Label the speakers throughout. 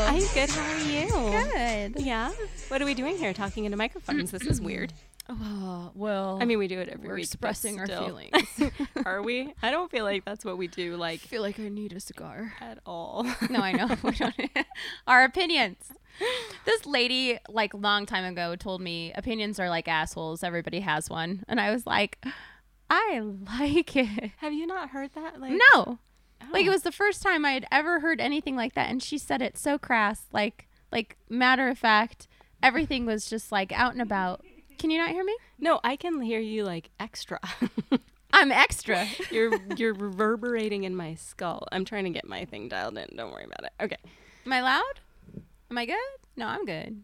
Speaker 1: you?
Speaker 2: Good.
Speaker 1: Yeah. What are we doing here talking into microphones? this is weird.
Speaker 2: Oh, well,
Speaker 1: I mean, we do it every
Speaker 2: we're
Speaker 1: week. but
Speaker 2: expressing our
Speaker 1: still.
Speaker 2: feelings.
Speaker 1: are we? I don't feel like that's what we do
Speaker 2: I
Speaker 1: like
Speaker 2: feel like I need a cigar.
Speaker 1: at all.
Speaker 2: No, I know. We don't. Our opinions. This lady, like, long time ago told me opinions are like assholes. Everybody has one. And I was like, I like it.
Speaker 1: Have you not heard that? Like
Speaker 2: No. Like, it
Speaker 1: Oh.
Speaker 2: was the first time I had ever heard anything like that. And she said it so crass, like, like matter of fact. Everything was just like out and about. Can you not hear me?
Speaker 1: No, I can hear you like extra.
Speaker 2: I'm extra.
Speaker 1: you're you're reverberating in my skull. I'm trying to get my thing dialed in. Don't worry about it. Okay.
Speaker 2: Am I loud? Am I good? No, I'm good.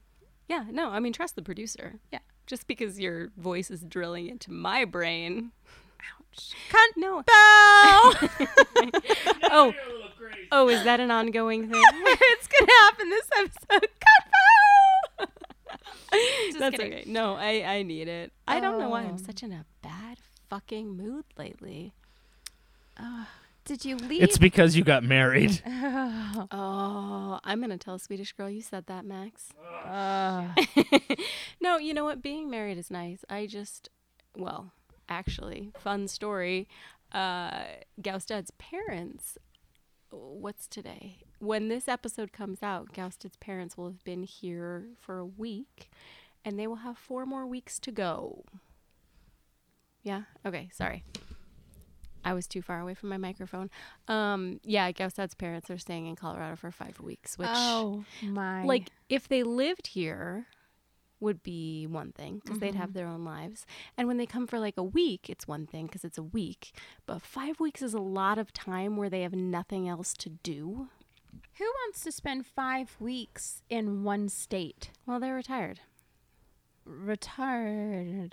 Speaker 1: Yeah, no, I mean trust the producer.
Speaker 2: Yeah.
Speaker 1: Just because your voice is drilling into my brain.
Speaker 2: Cunt
Speaker 1: No.
Speaker 2: bow.
Speaker 1: Oh. Oh, is that an ongoing thing?
Speaker 2: it's gonna happen this episode. Cunt bow. Just
Speaker 1: That's
Speaker 2: kidding.
Speaker 1: okay. No, I I need it. I don't know why
Speaker 2: Oh.
Speaker 1: I'm such in a bad fucking mood lately.
Speaker 2: Did you leave?
Speaker 3: It's because you got married.
Speaker 2: Oh,
Speaker 1: Oh, I'm gonna tell Swedish girl you said that, Max.
Speaker 2: uh,
Speaker 1: no, you know what? Being married is nice. I just, well, actually, fun story. Uh, Gaustad's parents, what's today? When this episode comes out, Gaustad's parents will have been here for a week and they will have four more weeks to go. Yeah? Okay, sorry. I was too far away from my microphone. Um, yeah, Gaustad's parents are staying in Colorado for five weeks, which
Speaker 2: oh my!
Speaker 1: like if they lived here would be one thing because they'd have their own lives and when they come for like a week it's one thing because it's a week but five weeks is a lot of time where they have nothing else to do
Speaker 2: who wants to spend five weeks in one state?
Speaker 1: well they're retired
Speaker 2: Retired.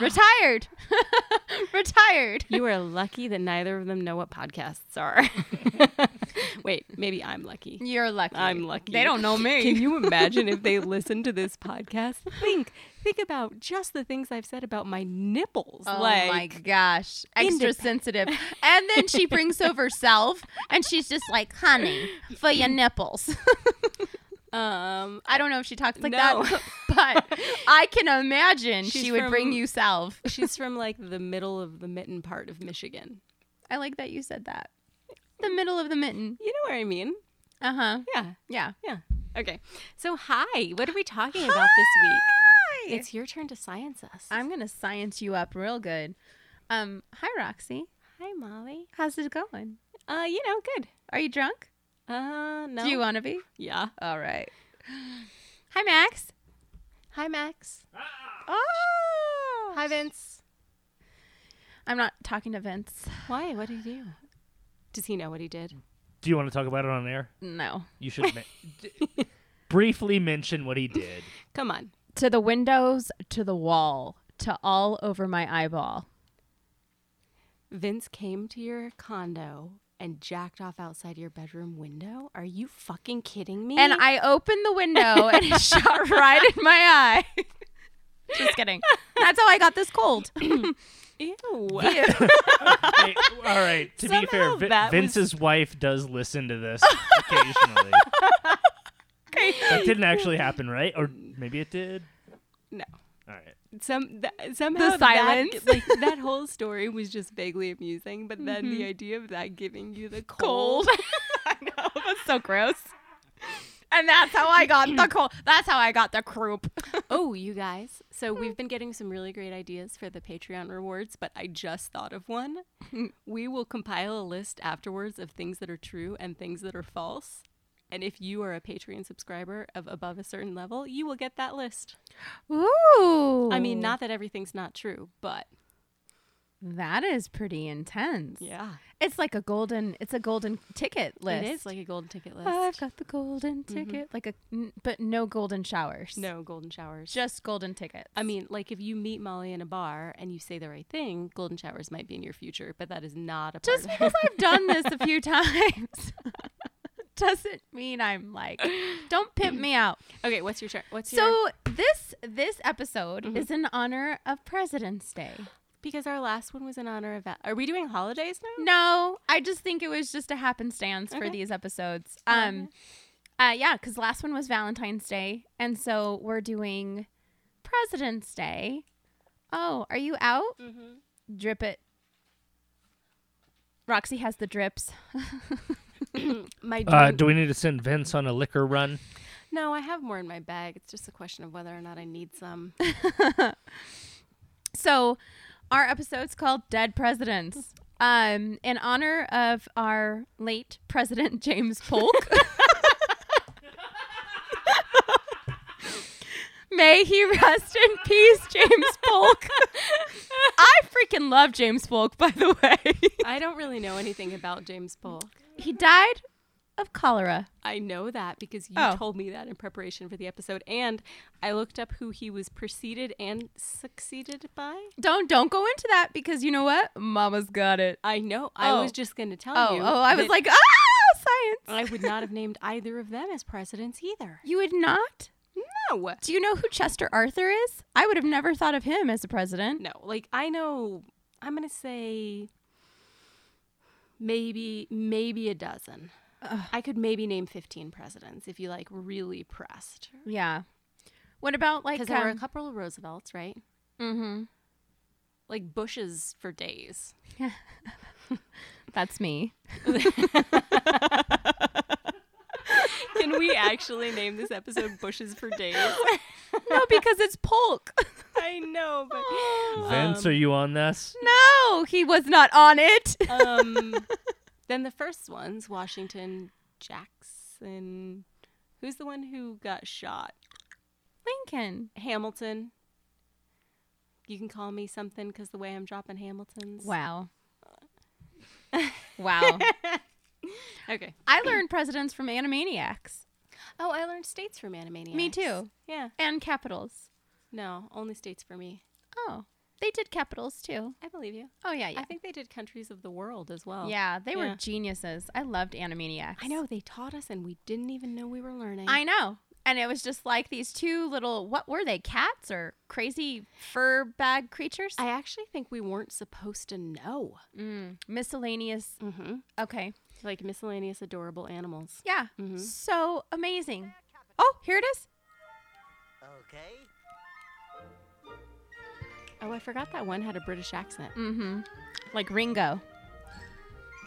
Speaker 2: Retired. Retired.
Speaker 1: you are lucky that neither of them know what podcasts are wait maybe i'm lucky
Speaker 2: You're lucky.
Speaker 1: I'm lucky.
Speaker 2: They don't know me.
Speaker 1: Can you imagine if they listen to this podcast? Think, think about just the things I've said about my nipples.
Speaker 2: Oh
Speaker 1: like,
Speaker 2: my gosh, extra
Speaker 1: Independent.
Speaker 2: sensitive. And then she brings over self, and she's just like, "Honey, for your nipples."
Speaker 1: um,
Speaker 2: I don't know if she talks like
Speaker 1: No.
Speaker 2: that, but I can imagine
Speaker 1: She's
Speaker 2: she would bring
Speaker 1: from-
Speaker 2: you self.
Speaker 1: She's from like the middle of the mitten part of Michigan.
Speaker 2: I like that you said that. The middle of the mitten.
Speaker 1: You know what I mean?
Speaker 2: Uh huh.
Speaker 1: Yeah,
Speaker 2: Yeah.
Speaker 1: yeah. Okay. So, hi. What are we talking about this week? It's your turn to science us.
Speaker 2: I'm gonna science you up real good. Um, hi Roxy,
Speaker 1: hi, Molly.
Speaker 2: how's it going?
Speaker 1: Uh, you know, good.
Speaker 2: Are you drunk?
Speaker 1: Uh, no.
Speaker 2: Do you want to be?
Speaker 1: yeah.
Speaker 2: All right. Hi Max.
Speaker 1: Hi, Max.
Speaker 2: Oh.
Speaker 1: Hi, Vince.
Speaker 2: I'm not talking to Vince.
Speaker 1: Why? What did he do? Does he know what he did?
Speaker 3: Do you want to talk about it on air?
Speaker 2: No.
Speaker 3: You should ma- d- briefly mention what he did.
Speaker 1: Come on.
Speaker 2: to the windows, to the wall, to all over my eyeball.
Speaker 1: Vince came to your condo and jacked off outside your bedroom window? Are you fucking kidding me?
Speaker 2: And I opened the window and it shot right in my eye. Just kidding. That's how I got this cold.
Speaker 1: Ew.
Speaker 3: Hey, all right. To be fair,
Speaker 1: Somehow
Speaker 3: Vi-
Speaker 1: that was-
Speaker 3: Vince's wife does listen to this occasionally. That didn't actually happen, right? Or maybe it did.
Speaker 1: No.
Speaker 3: All right.
Speaker 1: some th- somehow that-
Speaker 2: silence.
Speaker 1: like, that whole story was just vaguely amusing, but then the idea of that giving you the Mm-hmm. cold.
Speaker 2: Cold. I know. That's so gross. And that's how I got the cold. That's how I got the croup.
Speaker 1: oh, you guys! So we've been getting some really great ideas for the Patreon rewards, but I just thought of one. we will compile a list afterwards of things that are true and things that are false. And if you are a Patreon subscriber of above a certain level, you will get that list.
Speaker 2: Ooh.
Speaker 1: I mean, not that everything's not true, but
Speaker 2: That is pretty intense.
Speaker 1: yeah,
Speaker 2: It's like a golden. It's a golden ticket list.
Speaker 1: it is like a golden ticket list. Mm-hmm.
Speaker 2: I've got the golden ticket. Like a, n- but no golden showers.
Speaker 1: no golden showers.
Speaker 2: Just golden tickets.
Speaker 1: I mean, like if you meet Molly in a bar and you say the right thing, golden showers might be in your future, but that is not a part
Speaker 2: just
Speaker 1: of
Speaker 2: because I've done this a few times doesn't mean I'm like, don't pimp me out.
Speaker 1: Okay, what's your turn? What's your
Speaker 2: So this this episode
Speaker 1: Mm-hmm.
Speaker 2: is in honor of President's Day.
Speaker 1: because our last one was in honor of. Val- Are we doing holidays now?
Speaker 2: No, I just think it was just a happenstance for
Speaker 1: Okay.
Speaker 2: these episodes. Um, Uh, yeah, because last one was Valentine's Day, and so we're doing President's Day. Oh, are you out?
Speaker 1: Mm-hmm.
Speaker 2: Drip it. Roxy has the drips.
Speaker 1: My drink.
Speaker 3: Uh, do we need to send Vince on a liquor run?
Speaker 1: no, I have more in my bag. It's just a question of whether or not I need some.
Speaker 2: So, our episode's called Dead Presidents. Um, in honor of our late president James Polk. May he rest in peace, James Polk. I freaking love James Polk, by the way.
Speaker 1: I don't really know anything about James Polk.
Speaker 2: he died of cholera.
Speaker 1: I know that because you
Speaker 2: Oh.
Speaker 1: told me that in preparation for the episode, and I looked up who he was preceded and succeeded by.
Speaker 2: Don't don't go into that because you know what? Mama's got it.
Speaker 1: I know. I
Speaker 2: Oh.
Speaker 1: was just going to tell
Speaker 2: Oh,
Speaker 1: you.
Speaker 2: oh, I was
Speaker 1: that
Speaker 2: like, ah, science.
Speaker 1: I would not have named either of them as presidents either.
Speaker 2: you would not?
Speaker 1: No.
Speaker 2: Do you know who Chester Arthur is? I would have never thought of him as a president.
Speaker 1: No. Like I know. I'm going to say maybe maybe a dozen. I could maybe name 15 presidents if you like really pressed.
Speaker 2: Yeah. What about like
Speaker 1: Because there were a
Speaker 2: um,
Speaker 1: couple of Roosevelts, right?
Speaker 2: mhm.
Speaker 1: Like Bushes for days.
Speaker 2: That's me.
Speaker 1: Can we actually name this episode Bushes for Days?
Speaker 2: No, because it's Polk.
Speaker 1: I know, but
Speaker 3: Vince,
Speaker 1: Um,
Speaker 3: are you on this?
Speaker 2: no, he was not on it.
Speaker 1: um, then the first ones Washington, Jackson. Who's the one who got shot?
Speaker 2: Lincoln.
Speaker 1: Hamilton. You can call me something because the way I'm dropping Hamiltons.
Speaker 2: Wow. Wow.
Speaker 1: Okay.
Speaker 2: I learned presidents from Animaniacs
Speaker 1: Oh, I learned states from Animaniacs.
Speaker 2: Me too.
Speaker 1: Yeah.
Speaker 2: and capitals.
Speaker 1: No, only states for me.
Speaker 2: Oh, they did capitals too.
Speaker 1: I believe you.
Speaker 2: Oh yeah, yeah.
Speaker 1: I think they did countries of the world as well.
Speaker 2: yeah, they were
Speaker 1: yeah.
Speaker 2: geniuses. I loved Animaniacs.
Speaker 1: I know they taught us and we didn't even know we were learning.
Speaker 2: I know. And it was just like these two little what were they cats or crazy fur bag creatures?
Speaker 1: I actually think we weren't supposed to know.
Speaker 2: Mm, miscellaneous.
Speaker 1: Mm-hmm.
Speaker 2: Okay.
Speaker 1: Like miscellaneous adorable animals.
Speaker 2: Yeah.
Speaker 1: Mhm.
Speaker 2: So amazing. Oh, here it is.
Speaker 4: Okay.
Speaker 1: Oh, I forgot that one had a British accent.
Speaker 2: Mm-hmm. Like Ringo.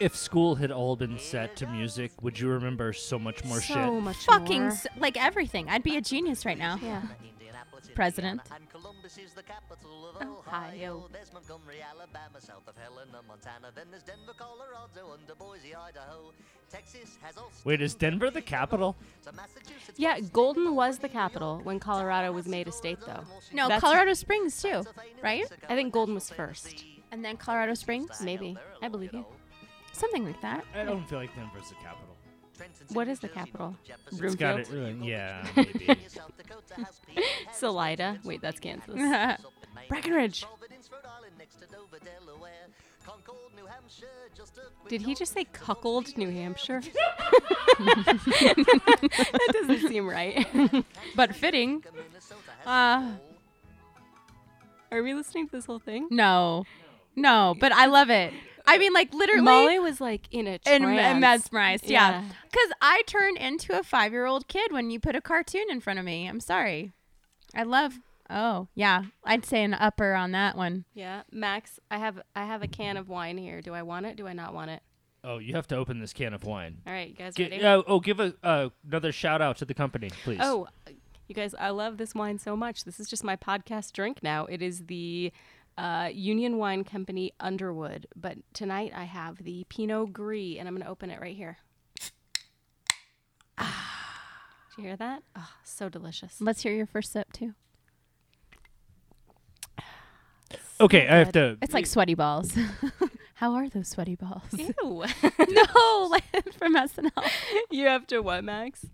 Speaker 3: If school had all been set to music, would you remember so much more
Speaker 1: so
Speaker 3: shit?
Speaker 1: much
Speaker 2: Fucking
Speaker 1: more.
Speaker 2: s- like everything. I'd be a genius right now.
Speaker 1: yeah.
Speaker 4: Indianapolis, Indiana,
Speaker 2: President.
Speaker 4: And Columbus is the capital of
Speaker 1: Ohio.
Speaker 4: Ohio. There's Montgomery, Alabama, south of Helena, Montana. Then there's Denver, Colorado, under Boise, Idaho. Texas has Austin.
Speaker 3: Wait, is Denver the capital?
Speaker 4: to Massachusetts,
Speaker 1: Yeah,
Speaker 4: Boston,
Speaker 1: Golden
Speaker 4: Baltimore,
Speaker 1: was the
Speaker 4: New York,
Speaker 1: capital when Colorado was made a state, though.
Speaker 2: No,
Speaker 1: That's-
Speaker 2: Colorado Springs too, right?
Speaker 1: I think Golden was first.
Speaker 2: And then Colorado Springs,
Speaker 1: Maybe. I believe you.
Speaker 2: something like that.
Speaker 3: I don't feel like Denver's the capital.
Speaker 1: What is the capital?
Speaker 3: It's
Speaker 1: Room-
Speaker 3: got it.
Speaker 1: Broomfield?
Speaker 3: Yeah, maybe.
Speaker 1: Salida. Wait, that's Kansas. Breckenridge.
Speaker 4: Breckenridge.
Speaker 1: Did he just say cuckold New Hampshire? that doesn't seem right.
Speaker 2: But fitting. Uh,
Speaker 1: Are we listening to this whole thing?
Speaker 2: no, no. But I love it. I mean, like literally.
Speaker 1: Molly was like in a trance.
Speaker 2: and, and mesmerized, yeah.
Speaker 1: Yeah.
Speaker 2: Because I turned into a five-year-old kid when you put a cartoon in front of me. I'm sorry. I love. Oh yeah, I'd say an upper on that one.
Speaker 1: yeah, Max, I have I have a can of wine here. Do I want it? Do I not want it?
Speaker 3: Oh, you have to open this can of wine.
Speaker 1: All right, you guys
Speaker 3: Get,
Speaker 1: ready?
Speaker 3: oh, oh, give a, uh, another shout out to the company, please.
Speaker 1: Oh, you guys, I love this wine so much. This is just my podcast drink now. It is the uh, Union Wine Company Underwood, but tonight I have the Pinot Gris, and I'm going to open it right here. Ah, Did you hear that? Oh, so delicious.
Speaker 2: Let's hear your first sip too.
Speaker 3: okay, I have to.
Speaker 2: It's like sweaty balls. How are those sweaty balls?
Speaker 1: Ew.
Speaker 2: no, like from SNL.
Speaker 1: you have to what, Max?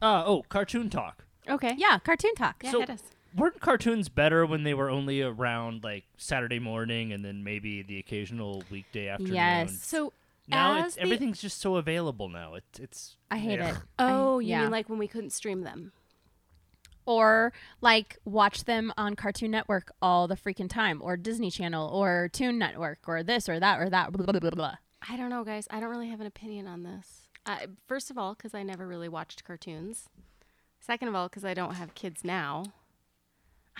Speaker 3: Uh, oh, cartoon talk.
Speaker 1: Okay.
Speaker 2: Yeah, cartoon talk.
Speaker 1: Yeah,
Speaker 3: so-
Speaker 1: hit us.
Speaker 3: Weren't cartoons better when they were only around like Saturday morning and then maybe the occasional weekday afternoon?
Speaker 2: Yes.
Speaker 1: So,
Speaker 3: Now
Speaker 1: as
Speaker 3: it's,
Speaker 1: the-
Speaker 3: everything's just so available now. It, it's.
Speaker 2: I hate
Speaker 3: Ugh.
Speaker 2: it.
Speaker 1: oh,
Speaker 2: I-
Speaker 1: you
Speaker 2: yeah.
Speaker 1: mean like when we couldn't stream them?
Speaker 2: or like watch them on Cartoon Network all the freaking time, or Disney Channel, or Toon Network, or this or that or that. Blah, blah, blah, blah, blah.
Speaker 1: I don't know, guys. I don't really have an opinion on this. Uh, first of all, because I never really watched cartoons. Second of all, because I don't have kids now.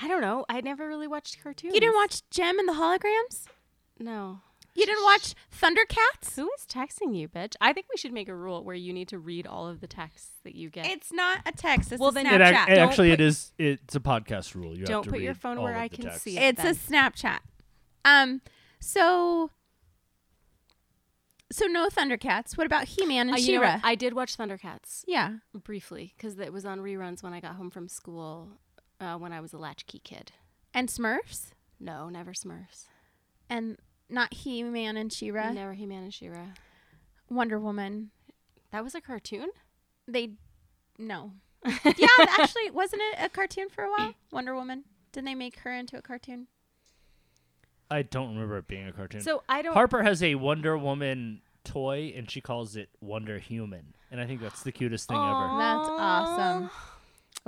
Speaker 1: I don't know. I never really watched cartoons.
Speaker 2: You didn't watch Gem and the Holograms?
Speaker 1: No.
Speaker 2: You didn't watch Thundercats?
Speaker 1: Who is texting you, bitch? I think we should make a rule where you need to read all of the texts that you get.
Speaker 2: It's not a text. It's
Speaker 1: Well,
Speaker 2: a
Speaker 1: then-
Speaker 3: It, ac-
Speaker 2: Snapchat.
Speaker 3: it actually,
Speaker 1: put-
Speaker 3: it is. It's a podcast rule. You
Speaker 1: Don't
Speaker 3: have to
Speaker 1: put your
Speaker 3: read
Speaker 1: phone
Speaker 3: all
Speaker 1: where
Speaker 3: of
Speaker 1: I
Speaker 3: the
Speaker 1: can
Speaker 3: text.
Speaker 1: see it.
Speaker 2: it's a
Speaker 1: then.
Speaker 2: Snapchat. Um. So. So no Thundercats. What about He-Man and
Speaker 1: Uh, you know
Speaker 2: She-Ra?
Speaker 1: what? I did watch Thundercats
Speaker 2: yeah.
Speaker 1: briefly because it was on reruns when I got home from school uh, when I was a latchkey kid.
Speaker 2: And Smurfs.
Speaker 1: No, never Smurfs.
Speaker 2: And not He-Man and She-Ra.
Speaker 1: Never He Man and She Ra.
Speaker 2: Wonder Woman.
Speaker 1: That was a cartoon?
Speaker 2: They. No. yeah, actually, wasn't it a cartoon for a
Speaker 1: Mm.
Speaker 2: while? Wonder Woman. Didn't they make her into a cartoon?
Speaker 3: I don't remember it being a cartoon.
Speaker 1: So I don't.
Speaker 3: Harper has a Wonder Woman toy, and she calls it Wonder Human, and I think that's the cutest thing ever.
Speaker 2: That's
Speaker 1: Aw.
Speaker 2: awesome.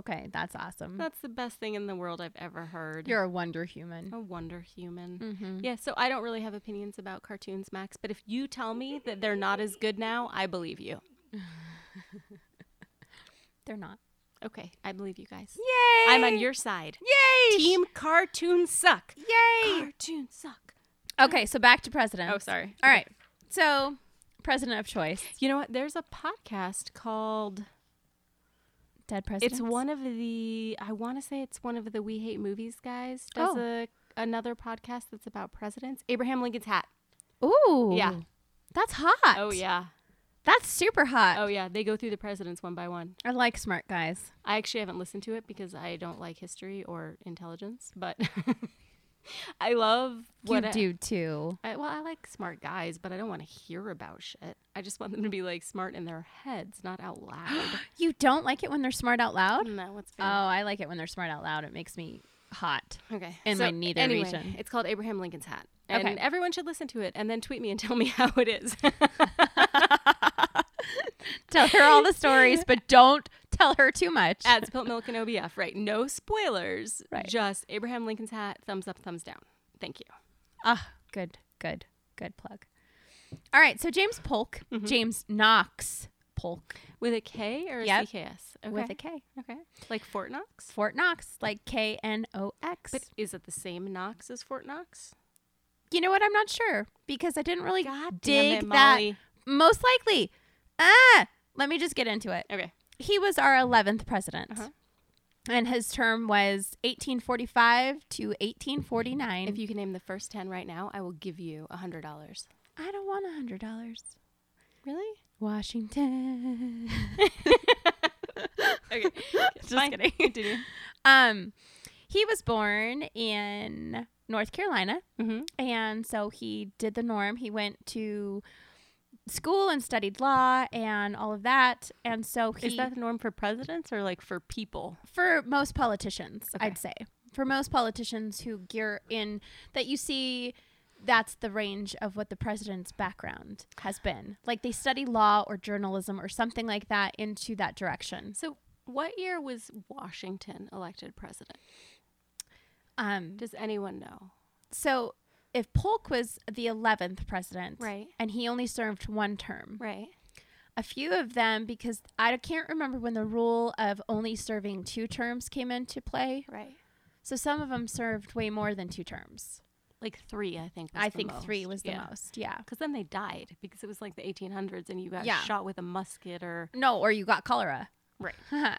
Speaker 2: Okay, that's awesome.
Speaker 1: That's the best thing in the world I've ever heard.
Speaker 2: Mm-hmm. You're a wonder human.
Speaker 1: a wonder human. Yeah, so I don't really have opinions about cartoons, Max, but if you tell me that they're not as good now, I believe you.
Speaker 2: They're not.
Speaker 1: Okay, I believe you guys.
Speaker 2: Yay!
Speaker 1: I'm on your side.
Speaker 2: Yay!
Speaker 1: Team cartoons suck.
Speaker 2: Yay!
Speaker 1: Cartoons suck.
Speaker 2: Okay, so back to president.
Speaker 1: Oh, sorry.
Speaker 2: All right. So, president of choice,
Speaker 1: You know what? There's a podcast called
Speaker 2: dead president.
Speaker 1: It's one of the I want to say it's one of the We Hate Movies guys does
Speaker 2: Oh.
Speaker 1: a another podcast that's about presidents. Abraham Lincoln's hat.
Speaker 2: Ooh.
Speaker 1: Yeah.
Speaker 2: That's hot.
Speaker 1: Oh yeah.
Speaker 2: That's super hot.
Speaker 1: Oh yeah, they go through the presidents one by one.
Speaker 2: I like smart guys.
Speaker 1: I actually haven't listened to it because I don't like history or intelligence, but I love what
Speaker 2: you
Speaker 1: I-
Speaker 2: do too.
Speaker 1: I, well, I like smart guys, but I don't want to hear about shit. I just want them to be like smart in their heads, not out loud.
Speaker 2: You don't like it when they're smart out loud?
Speaker 1: no, what's
Speaker 2: Oh, I like it when they're smart out loud. It makes me hot.
Speaker 1: Okay.
Speaker 2: In my neither
Speaker 1: anyway,
Speaker 2: region.
Speaker 1: It's called Abraham Lincoln's Hat. And
Speaker 2: Okay.
Speaker 1: everyone should listen to it and then tweet me and tell me how it is.
Speaker 2: Tell her all the stories, but don't tell her too much.
Speaker 1: At Spilt Milk and OBF, right? No spoilers.
Speaker 2: Right.
Speaker 1: Just Abraham Lincoln's Hat, thumbs up, thumbs down. Thank you.
Speaker 2: Ah, good, good, good plug. All right, so James Polk,
Speaker 1: Mm-hmm.
Speaker 2: James Knox Polk
Speaker 1: With a K or a
Speaker 2: Yep.
Speaker 1: CKS? Okay.
Speaker 2: with a K.
Speaker 1: Okay. Like Fort Knox?
Speaker 2: Fort Knox, like K N O X.
Speaker 1: But is it the same Knox as Fort Knox?
Speaker 2: You know what? I'm not sure because I didn't really
Speaker 1: God
Speaker 2: dig
Speaker 1: damn it,
Speaker 2: that.
Speaker 1: Molly.
Speaker 2: Most likely. Ah, let me just get into it.
Speaker 1: Okay.
Speaker 2: He was our 11th president.
Speaker 1: Uh-huh.
Speaker 2: And his term was 1845 to 1849.
Speaker 1: If you can name the first 10 right now, I will give you a $100.
Speaker 2: I don't want a $100.
Speaker 1: Really?
Speaker 2: Washington.
Speaker 1: Okay.
Speaker 2: Just kidding.
Speaker 1: Continue.
Speaker 2: Um, he was born in North Carolina,
Speaker 1: Mm-hmm.
Speaker 2: and so he did the norm. He went to school and studied law and all of that, and so he
Speaker 1: Is that the norm for presidents or like for people?
Speaker 2: for most politicians,
Speaker 1: Okay.
Speaker 2: I'd say for most politicians who gear in that you see. That's the range of what the president's background has been. Like they study law or journalism or something like that into that direction.
Speaker 1: So, what year was Washington elected president?
Speaker 2: Um,
Speaker 1: Does anyone know?
Speaker 2: so if Polk was the 11th president,
Speaker 1: Right.
Speaker 2: and he only served one term,
Speaker 1: Right.
Speaker 2: a few of them because I can't remember when the rule of only serving two terms came into play.
Speaker 1: Right.
Speaker 2: So some of them served way more than two terms.
Speaker 1: Like three, I think.
Speaker 2: I think three was the most. Yeah.
Speaker 1: Because then they died because it was like the 1800s and you got
Speaker 2: Yeah.
Speaker 1: shot with a musket or.
Speaker 2: No, or you got cholera.
Speaker 1: Right.
Speaker 2: um,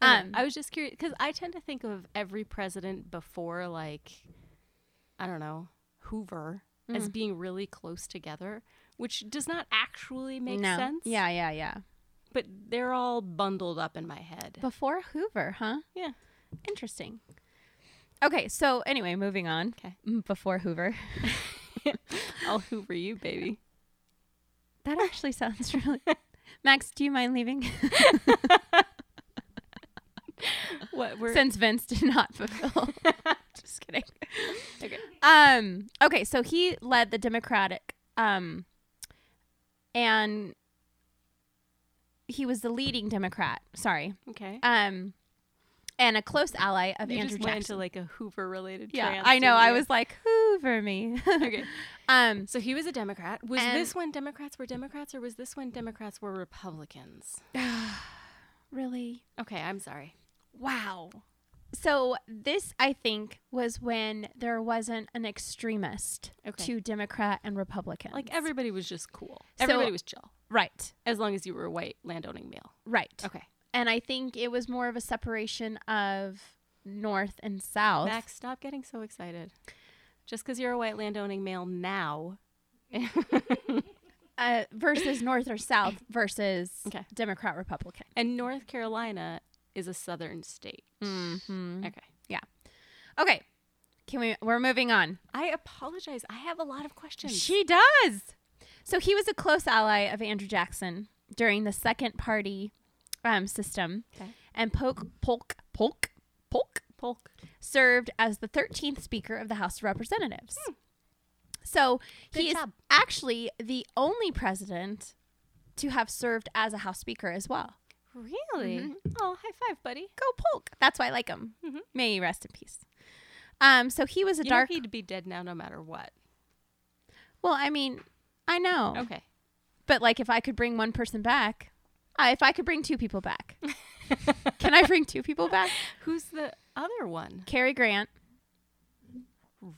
Speaker 1: Um, I was just curious because I tend to think of every president before, like, I don't know, Hoover
Speaker 2: Mm.
Speaker 1: as being really close together, which does not actually make
Speaker 2: no.
Speaker 1: sense.
Speaker 2: Yeah, yeah, yeah.
Speaker 1: But they're all bundled up in my head.
Speaker 2: Before Hoover, huh?
Speaker 1: yeah.
Speaker 2: Interesting. Okay, so anyway, moving on.
Speaker 1: 'Kay.
Speaker 2: Mm, Before Hoover.
Speaker 1: I'll Hoover you, baby.
Speaker 2: That actually sounds really. Max, do you mind leaving?
Speaker 1: What we're
Speaker 2: Since Vince did not fulfill. Just kidding. Um. Okay. So he led the Democratic. Um. And he was the leading Democrat. Sorry.
Speaker 1: okay.
Speaker 2: Um. And a close ally of
Speaker 1: you
Speaker 2: Andrew
Speaker 1: just went
Speaker 2: Jackson.
Speaker 1: into like a Hoover related.
Speaker 2: yeah, I know. I was like, who? over me.
Speaker 1: Okay.
Speaker 2: um,
Speaker 1: So he was a Democrat. Was
Speaker 2: And-
Speaker 1: this when Democrats were Democrats or was this when Democrats were Republicans?
Speaker 2: really?
Speaker 1: Okay, I'm sorry.
Speaker 2: Wow. So this, I think, was when there wasn't an extremist
Speaker 1: Okay.
Speaker 2: to Democrat and Republican.
Speaker 1: Like everybody was just cool.
Speaker 2: So-
Speaker 1: Everybody was chill.
Speaker 2: right,
Speaker 1: As long as you were a white landowning male.
Speaker 2: right.
Speaker 1: Okay.
Speaker 2: And I think it was more of a separation of North and South.
Speaker 1: Max, stop getting so excited. Just because you're a white landowning male now.
Speaker 2: uh, versus North or South versus
Speaker 1: Okay.
Speaker 2: Democrat Republican.
Speaker 1: And North Carolina is a southern state. Okay.
Speaker 2: Okay, can we? We're moving on.
Speaker 1: I apologize. I have a lot of questions.
Speaker 2: She does. So he was a close ally of Andrew Jackson during the second party um, system,
Speaker 1: Okay.
Speaker 2: and Polk Polk Polk Polk
Speaker 1: Polk.
Speaker 2: served as the 13th Speaker of the House of Representatives. So
Speaker 1: Hmm. Good
Speaker 2: he
Speaker 1: job.
Speaker 2: is actually the only president to have served as a House Speaker as well.
Speaker 1: Really? Oh, high five, buddy.
Speaker 2: Go Polk. That's why I like him. May he rest in peace. Um, so he was a
Speaker 1: Mm-hmm. You
Speaker 2: dark.
Speaker 1: know he'd be dead now no matter what.
Speaker 2: well, I mean, I know,
Speaker 1: Okay.
Speaker 2: but like, if I could bring one person back, uh, if I could bring two people back, can I bring two people back?
Speaker 1: Who's the other one?
Speaker 2: Cary Grant,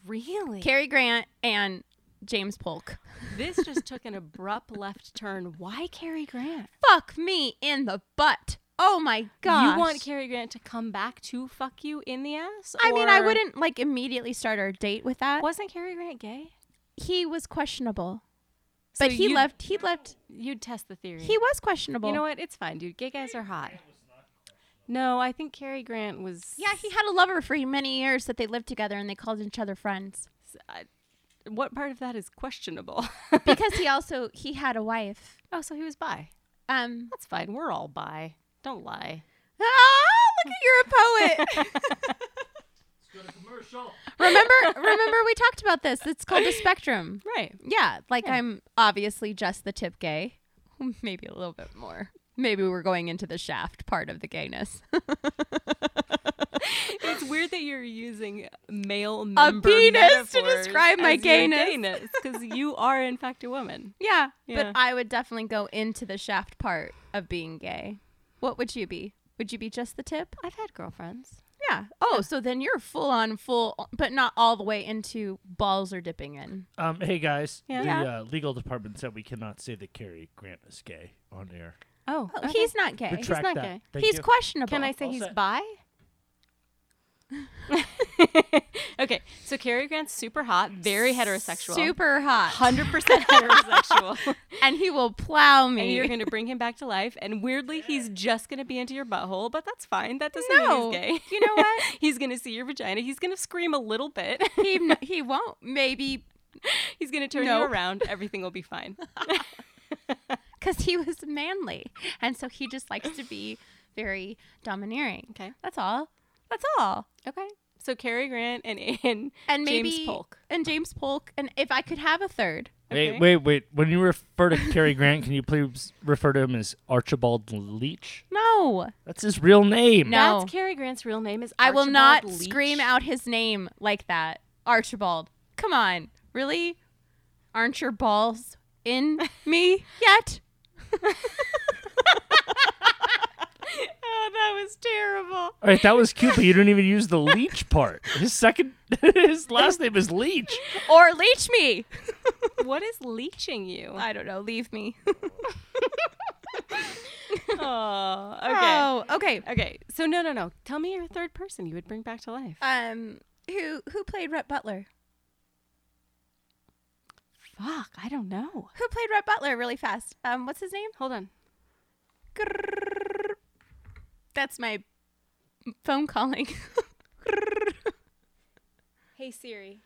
Speaker 1: Really?
Speaker 2: Cary Grant, and James Polk.
Speaker 1: this just took an abrupt left turn. Why Cary Grant?
Speaker 2: Fuck me in the butt. Oh my god.
Speaker 1: You want Cary Grant to come back to fuck you in the ass?
Speaker 2: I mean, I
Speaker 1: Or-
Speaker 2: wouldn't like immediately start our date with that.
Speaker 1: Wasn't Cary Grant gay?
Speaker 2: He was questionable,
Speaker 1: So
Speaker 2: but he
Speaker 1: you'd-
Speaker 2: left. He left.
Speaker 1: You'd test the theory.
Speaker 2: He was questionable.
Speaker 1: You know what? It's fine, dude. Gay guys are hot. No, I think Cary Grant was.
Speaker 2: Yeah, he had a lover for many years that they lived together and they called each other friends
Speaker 1: I- what part of that is questionable?
Speaker 2: because he also he had a wife.
Speaker 1: oh, so he was bi.
Speaker 2: Um,
Speaker 1: That's fine. We're all bi. Don't lie.
Speaker 2: ah, look at you're a poet.
Speaker 3: Let's go to commercial.
Speaker 2: remember, remember we talked about this. It's called the spectrum.
Speaker 1: Right.
Speaker 2: Yeah, like I'm obviously just the tip gay, maybe a little bit more. Maybe we're going into the shaft part of the gayness.
Speaker 1: It's weird that you're using male
Speaker 2: penis to describe my gayness.
Speaker 1: because you are in fact a woman.
Speaker 2: yeah,
Speaker 1: Yeah.
Speaker 2: but I would definitely go into the shaft part of being gay. What would you be? Would you be just the tip?
Speaker 1: I've had girlfriends.
Speaker 2: Yeah. Oh, so then you're full on full, but not all the way into balls are dipping in.
Speaker 3: Um, hey guys,
Speaker 1: Yeah.
Speaker 3: the
Speaker 2: Yeah.
Speaker 3: uh, legal department said we cannot say that Cary Grant is gay on air.
Speaker 1: Oh,
Speaker 2: Oh, he's not gay.
Speaker 3: Retract
Speaker 1: not
Speaker 3: that.
Speaker 1: gay.
Speaker 3: Thank
Speaker 2: he's
Speaker 3: you.
Speaker 2: questionable.
Speaker 1: Can I say
Speaker 3: All
Speaker 1: he's
Speaker 3: set.
Speaker 1: bi? okay, so Cary Grant's super hot, very heterosexual,
Speaker 2: Super hot,
Speaker 1: hundred percent heterosexual,
Speaker 2: and he will plow me.
Speaker 1: and you're gonna bring him back to life. And weirdly, he's just gonna be into your butthole, but that's fine. That doesn't
Speaker 2: No.
Speaker 1: mean he's gay.
Speaker 2: You know what?
Speaker 1: he's gonna see your vagina. He's gonna scream a little bit.
Speaker 2: he n- he won't. Maybe
Speaker 1: he's gonna turn
Speaker 2: Nope.
Speaker 1: you around. Everything will be fine.
Speaker 2: because he was manly, and so he just likes to be very domineering.
Speaker 1: Okay.
Speaker 2: That's all. That's all.
Speaker 1: Okay. So Cary Grant and and,
Speaker 2: And maybe
Speaker 1: James Polk.
Speaker 2: And James Polk. And if I could have a third,
Speaker 1: Okay.
Speaker 3: Wait, wait, wait. When you refer to Cary Grant, can you please refer to him as Archibald Leach?
Speaker 2: no,
Speaker 3: That's his real name.
Speaker 2: No.
Speaker 1: That's Cary Grant's real name. Is
Speaker 2: I will
Speaker 1: Archibald
Speaker 2: not
Speaker 1: Leach.
Speaker 2: scream out his name like that. Archibald. Come on. Really? Aren't your balls in me yet?
Speaker 1: Oh, that was terrible.
Speaker 3: All right, that was cute, but you didn't even use the Leach part. His second, his last name is Leach.
Speaker 2: Or leech me.
Speaker 1: What is leeching you?
Speaker 2: I don't know. Leave me.
Speaker 1: oh, okay.
Speaker 2: Oh, okay.
Speaker 1: Okay. So no, no, no. Tell me your third person you would bring back to life.
Speaker 2: Um, who who played Rhett Butler?
Speaker 1: Fuck, I don't know.
Speaker 2: Who played Rhett Butler really fast? Um, what's his name?
Speaker 1: Hold on.
Speaker 2: Grrrr. That's my phone calling. Grrrr.
Speaker 1: Hey Siri.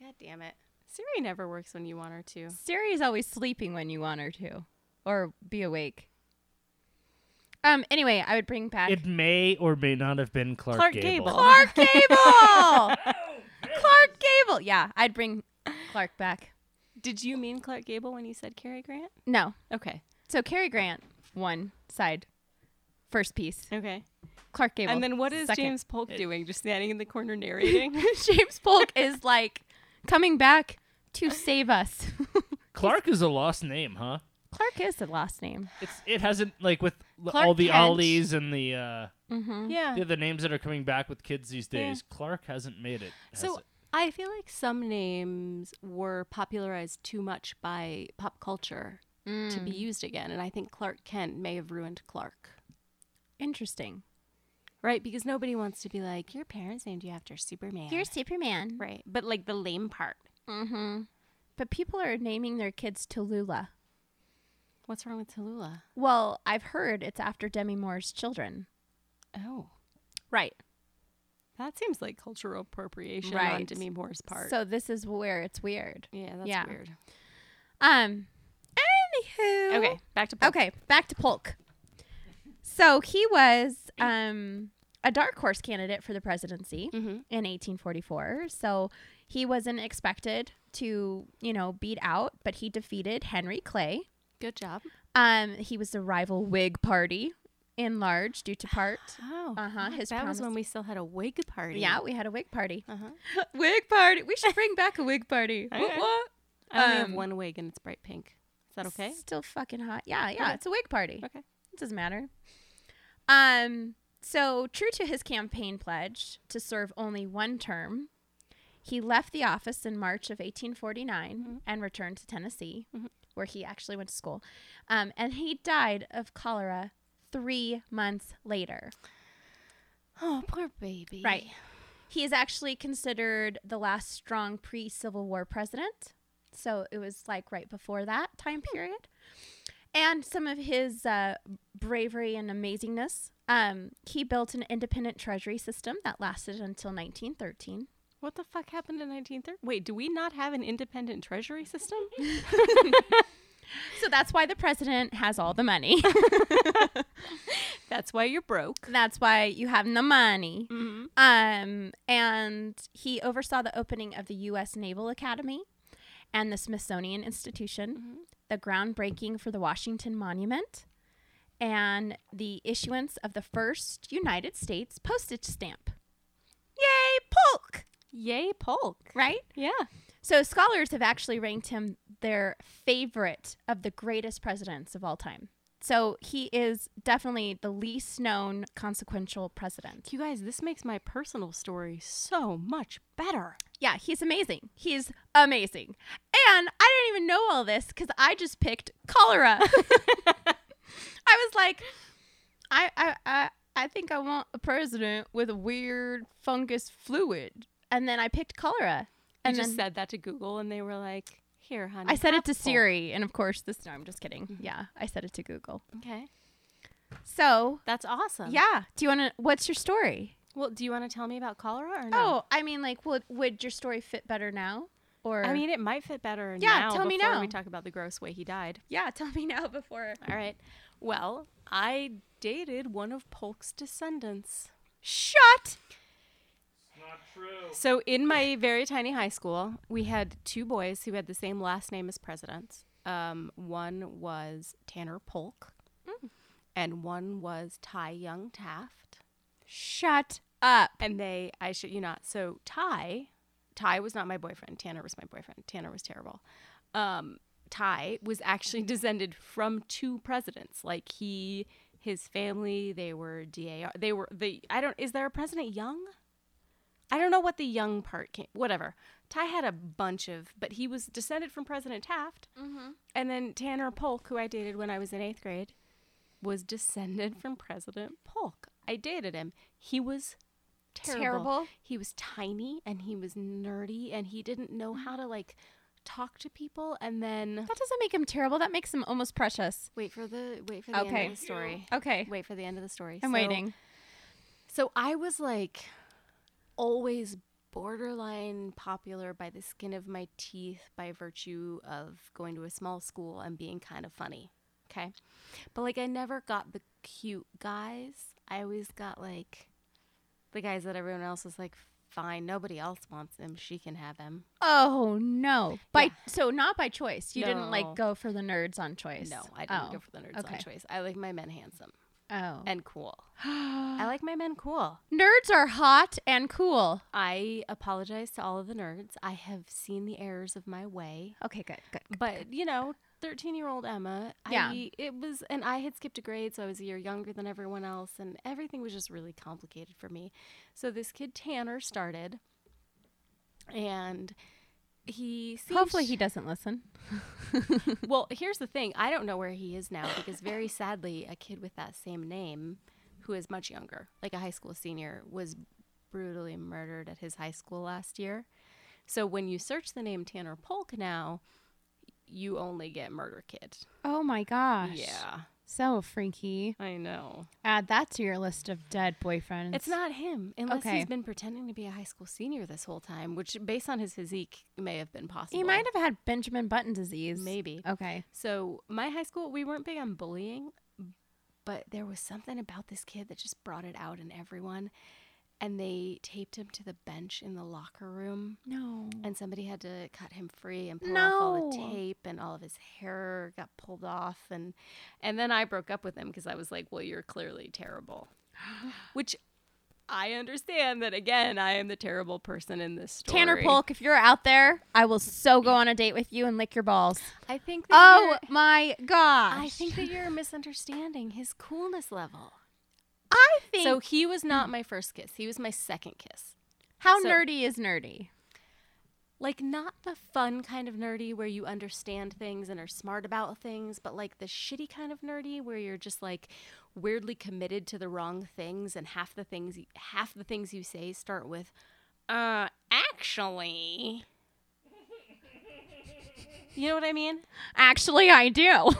Speaker 1: God damn it. Siri never works when you want her to.
Speaker 2: Siri is always sleeping when you want her to, or be awake. Um. Anyway, I would bring back
Speaker 3: It may or may not have been Clark,
Speaker 1: Clark Gable.
Speaker 2: Clark Gable. Clark Gable. Yeah, I'd bring Clark back.
Speaker 1: Did you mean Clark Gable when you said Cary Grant?
Speaker 2: No.
Speaker 1: Okay.
Speaker 2: So Cary Grant, one side, first piece,
Speaker 1: Okay.
Speaker 2: Clark Gable.
Speaker 1: And then what is
Speaker 2: second.
Speaker 1: James Polk doing? Just standing in the corner narrating?
Speaker 2: James Polk is like coming back to save us.
Speaker 3: Clark is a lost name, huh?
Speaker 2: Clark is the last name.
Speaker 3: It's it hasn't like with l-
Speaker 1: Clark
Speaker 3: all the
Speaker 1: Kent.
Speaker 3: Ollies and the uh,
Speaker 1: yeah.
Speaker 3: the other names that are coming back with kids these days. Clark hasn't made it. has
Speaker 1: So
Speaker 3: it?
Speaker 1: I feel like some names were popularized too much by pop culture to be used again. And I think Clark Kent may have ruined Clark,
Speaker 2: Interesting.
Speaker 1: right? Because nobody wants to be like, your parents named you after Superman.
Speaker 2: Superman.
Speaker 1: right. But like the lame part.
Speaker 2: Mm-hmm. But people are naming their kids Tallulah.
Speaker 1: What's wrong with Tallulah?
Speaker 2: Well, I've heard it's after Demi Moore's children.
Speaker 1: Oh.
Speaker 2: Right.
Speaker 1: That seems like cultural appropriation on
Speaker 2: Right.
Speaker 1: Demi Moore's part.
Speaker 2: So this is where it's weird.
Speaker 1: yeah, that's
Speaker 2: yeah.
Speaker 1: weird.
Speaker 2: Um. Anywho.
Speaker 1: Okay, back to Polk.
Speaker 2: Okay. Back to Polk. So he was um a dark horse candidate for the presidency
Speaker 1: Mhm.
Speaker 2: in 1844. So he wasn't expected to, you know, beat out, but he defeated Henry Clay.
Speaker 1: Good job.
Speaker 2: Um, he was the rival Whig party in large due to part.
Speaker 1: Oh,
Speaker 2: Uh-huh,
Speaker 1: God,
Speaker 2: his
Speaker 1: that
Speaker 2: promise-
Speaker 1: was when we still had a wig party.
Speaker 2: Yeah, we had a Whig party.
Speaker 1: Uh-huh.
Speaker 2: Wig party. We should bring back a wig party.
Speaker 1: Okay.
Speaker 2: What, what?
Speaker 1: I only have
Speaker 2: Um,
Speaker 1: one wig and it's bright pink. Is that okay?
Speaker 2: Still fucking hot. Yeah, yeah.
Speaker 1: Okay.
Speaker 2: It's a wig party.
Speaker 1: Okay.
Speaker 2: It doesn't matter. Um. So true to his campaign pledge to serve only one term, he left the office in March of 1849
Speaker 1: Mm-hmm.
Speaker 2: and returned to Tennessee, where he actually went to school. Um, and he died of cholera three months later.
Speaker 1: Oh, poor baby.
Speaker 2: Right. He is actually considered the last strong pre Civil War president. So it was like right before that time period. And some of his uh, bravery and amazingness. Um, he built an independent treasury system that lasted until 1913.
Speaker 1: What the fuck happened in 1930? Wait, do we not have an independent treasury system?
Speaker 2: So that's why the president has all the money.
Speaker 1: That's why you're broke.
Speaker 2: That's why you have no money. Um, and he oversaw the opening of the U.S. Naval Academy and the Smithsonian Institution, the groundbreaking for the Washington Monument, and the issuance of the first United States postage stamp. Yay, Polk!
Speaker 1: Yay, Polk.
Speaker 2: Right?
Speaker 1: Yeah.
Speaker 2: So scholars have actually ranked him their favorite of the greatest presidents of all time. So he is definitely the least known consequential president.
Speaker 1: You guys, this makes my personal story so much better.
Speaker 2: Yeah, he's amazing. He's amazing. And I didn't even know all this because I just picked cholera. I was like, I, I, I, I think I want a president with a weird fungus fluid. And then I picked cholera.
Speaker 1: I
Speaker 2: And
Speaker 1: just
Speaker 2: then
Speaker 1: said that to Google and they were like, here, honey.
Speaker 2: I said Mm-hmm. it
Speaker 1: have
Speaker 2: to
Speaker 1: Polk."
Speaker 2: Siri. And of course, this, no, I'm just kidding. Yeah, I said it to Google.
Speaker 1: Okay.
Speaker 2: So,
Speaker 1: That's awesome.
Speaker 2: yeah. Do you want to, what's your story?
Speaker 1: Well, do you want to tell me about cholera or no?
Speaker 2: Oh, I mean, like, would, would your story fit better now? Or,
Speaker 1: I mean, it might fit better
Speaker 2: Yeah,
Speaker 1: now
Speaker 2: tell me
Speaker 1: before
Speaker 2: now.
Speaker 1: we talk about the gross way he died.
Speaker 2: yeah, tell me now before.
Speaker 1: All right. Well, I dated one of Polk's descendants.
Speaker 2: Shut
Speaker 1: So in my very tiny high school, we had two boys who had the same last name as presidents. Um, one was Tanner Polk,
Speaker 2: Mm.
Speaker 1: and one was Ty Young Taft.
Speaker 2: Shut up.
Speaker 1: And they, I should you not. So Ty, Ty was not my boyfriend. Tanner was my boyfriend. Tanner was terrible. Um, Ty was actually descended from two presidents. Like he, his family, they were DAR. They were the. I don't. Is there a president Young? I don't know what the Young part came. Whatever. Ty had a bunch of, but he was descended from President Taft. And then Tanner Polk, who I dated when I was in eighth grade, was descended from President Polk. I dated him. He was terrible.
Speaker 2: Terrible?
Speaker 1: He was tiny and he was nerdy and he didn't know how to like talk to people. And then
Speaker 2: That doesn't make him terrible. That makes him almost precious.
Speaker 1: wait for the wait for the
Speaker 2: Okay.
Speaker 1: end of the story.
Speaker 2: Okay.
Speaker 1: Wait for the end of the story.
Speaker 2: I'm
Speaker 1: So-
Speaker 2: waiting.
Speaker 1: So I was like always borderline popular by the skin of my teeth by virtue of going to a small school and being kind of funny. Okay. But like I never got the cute guys. I always got like the guys that everyone else was like, fine, nobody else wants him. She can have him.
Speaker 2: Oh no. By so not by choice. You didn't
Speaker 1: No.
Speaker 2: like go for the nerds on choice.
Speaker 1: No, I didn't
Speaker 2: Oh,
Speaker 1: go for the nerds on
Speaker 2: okay.
Speaker 1: choice. I like my men handsome.
Speaker 2: Oh.
Speaker 1: and cool.
Speaker 2: Uh-huh.
Speaker 1: I like my men cool.
Speaker 2: Nerds are hot and cool.
Speaker 1: I apologize to all of the nerds. I have seen the errors of my way.
Speaker 2: Okay, good, good.
Speaker 1: But, you know, 13 year old Emma,
Speaker 2: Yeah.
Speaker 1: I, it was, and I had skipped a grade, so I was a year younger than everyone else, and everything was just really complicated for me. So this kid, Tanner, started, and he seemed
Speaker 2: Hopefully he doesn't listen.
Speaker 1: well, here's the thing. I don't know where he is now because very sadly, a kid with that same name who is much younger, like a high school senior, was brutally murdered at his high school last year. So when you search the name Tanner Polk now, you only get murder kid.
Speaker 2: Oh my gosh.
Speaker 1: Yeah,
Speaker 2: So freaky.
Speaker 1: I know.
Speaker 2: Add that to your list of dead boyfriends.
Speaker 1: It's not him unless
Speaker 2: Okay.
Speaker 1: he's been pretending to be a high school senior this whole time, which based on his physique may have been possible.
Speaker 2: He might have had Benjamin Button disease.
Speaker 1: Maybe.
Speaker 2: Okay.
Speaker 1: So my high school, we weren't big on bullying, but there was something about this kid that just brought it out in everyone. And they taped him to the bench in the locker room,
Speaker 2: No.
Speaker 1: and somebody had to cut him free and pull off all the
Speaker 2: No.
Speaker 1: tape, and all of his hair got pulled off, and and then I broke up with him because I was like, "Well, you're clearly terrible," which I understand that again, I am the terrible person in this story.
Speaker 2: Tanner Polk, if you're out there, I will so go on a date with you and lick your balls.
Speaker 1: I think. That
Speaker 2: Oh
Speaker 1: you're-
Speaker 2: my gosh.
Speaker 1: I think that you're misunderstanding his coolness level.
Speaker 2: I think Mm.
Speaker 1: So he was not my first kiss. He was my second kiss.
Speaker 2: how
Speaker 1: so-
Speaker 2: nerdy is nerdy?
Speaker 1: Like not the fun kind of nerdy where you understand things and are smart about things, but like the shitty kind of nerdy where you're just like weirdly committed to the wrong things and half the things half the things you say start with uh actually You know what I mean?
Speaker 2: Actually, I do.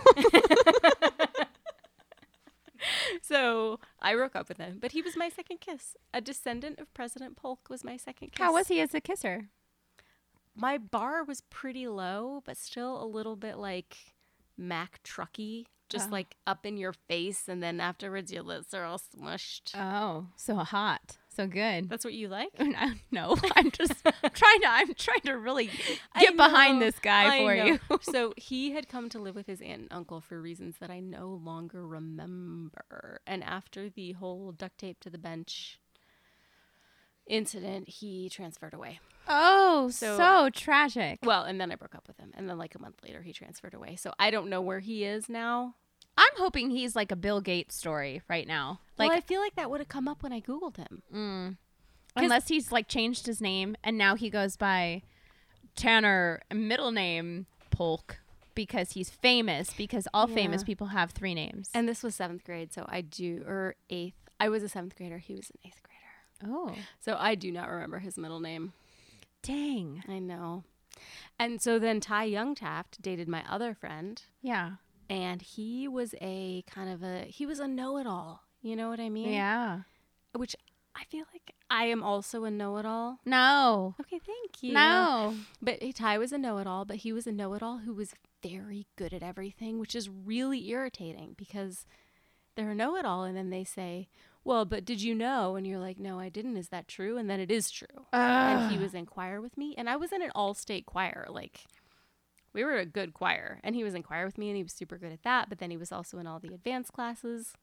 Speaker 1: So I broke up with him, but he was my second kiss. A descendant of President Polk was my second kiss.
Speaker 2: How was he as a kisser?
Speaker 1: my bar was pretty low, but still a little bit like Mac Trucky, just
Speaker 2: Oh.
Speaker 1: like up in your face, and then afterwards your lips are all smushed.
Speaker 2: Oh, so hot, so good.
Speaker 1: That's what you like.
Speaker 2: No, I'm just trying to. I'm trying to really
Speaker 1: I
Speaker 2: get behind
Speaker 1: know,
Speaker 2: this guy
Speaker 1: I
Speaker 2: for
Speaker 1: know.
Speaker 2: you.
Speaker 1: so he had come to live with his aunt and uncle for reasons that I no longer remember. And after the whole duct tape to the bench incident, he transferred away.
Speaker 2: Oh, so,
Speaker 1: So-
Speaker 2: tragic.
Speaker 1: Well, and then I broke up with him, and then like a month later, he transferred away. So I don't know where he is now.
Speaker 2: I'm hoping he's like a Bill Gates story right now. Like,
Speaker 1: well, I feel like that would have come up when I googled him.
Speaker 2: mm, unless he's like changed his name and now he goes by Tanner middle name Polk because he's famous because all famous
Speaker 1: Yeah.
Speaker 2: people have three names.
Speaker 1: And this was seventh grade, so I do or eighth. I was a seventh grader. He was an eighth grader,
Speaker 2: oh,
Speaker 1: so I do not remember his middle name.
Speaker 2: dang.
Speaker 1: I know. And so then Ty Young Taft dated my other friend,
Speaker 2: Yeah.
Speaker 1: and he was a kind of a he was a know-it-all. You know what I mean?
Speaker 2: Yeah.
Speaker 1: Which I feel like I am also a know-it-all.
Speaker 2: No.
Speaker 1: Okay, thank you.
Speaker 2: No.
Speaker 1: But he- Ty was a know it all, but he was a know it all who was very good at everything, which is really irritating because they're a know it all and then they say, Well, but did you know? And you're like, No, I didn't. Is that true? And then it is true. And he was in choir with me, and I was in an all state choir. Like, we were a good choir, and he was in choir with me, and he was super good at that. But then he was also in all the advanced classes.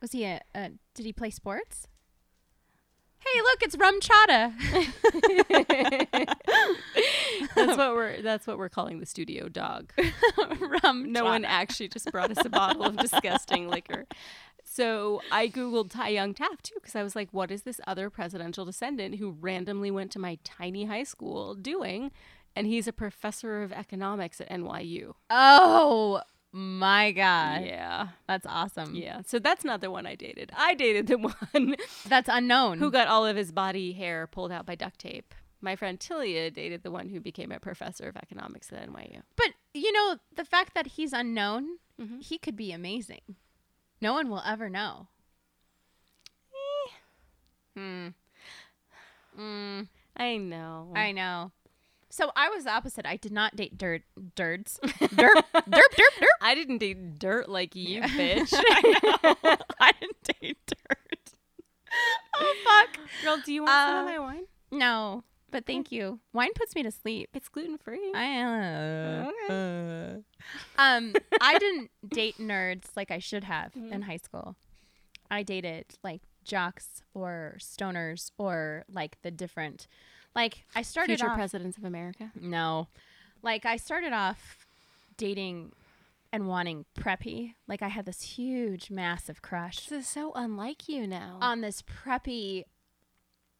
Speaker 2: Was he a, a did he play sports? Hey, look, it's Rum Chata.
Speaker 1: That's what we're that's what we're calling the studio dog.
Speaker 2: Rum
Speaker 1: no one actually just brought us a bottle of disgusting liquor. So I Googled Ty Young Taft too, because I was like, what is this other presidential descendant who randomly went to my tiny high school doing? And he's a professor of economics at NYU.
Speaker 2: Oh my god.
Speaker 1: yeah.
Speaker 2: That's awesome.
Speaker 1: Yeah. So that's not the one I dated. I dated the one
Speaker 2: That's unknown.
Speaker 1: who got all of his body hair pulled out by duct tape. My friend Tilia dated the one who became a professor of economics at NYU.
Speaker 2: but you know, the fact that he's unknown, he could be amazing. No one will ever know. Hmm.
Speaker 1: I know.
Speaker 2: I know. So I was the opposite. I did not date dirt dirds. Derp derp derp derp.
Speaker 1: I didn't date dirt like you, bitch.
Speaker 2: I didn't date dirt. oh fuck.
Speaker 1: Girl, do you want some of
Speaker 2: Uh,
Speaker 1: my wine?
Speaker 2: No, but thank you. Wine puts me to sleep.
Speaker 1: It's gluten free.
Speaker 2: I uh, uh. um I didn't date nerds like I should have in high school. I dated like jocks or stoners or like the different like I started
Speaker 1: Future
Speaker 2: off
Speaker 1: presidents of America.
Speaker 2: No. Like I started off dating and wanting preppy. Like I had this huge massive crush
Speaker 1: This is so unlike you now.
Speaker 2: on this preppy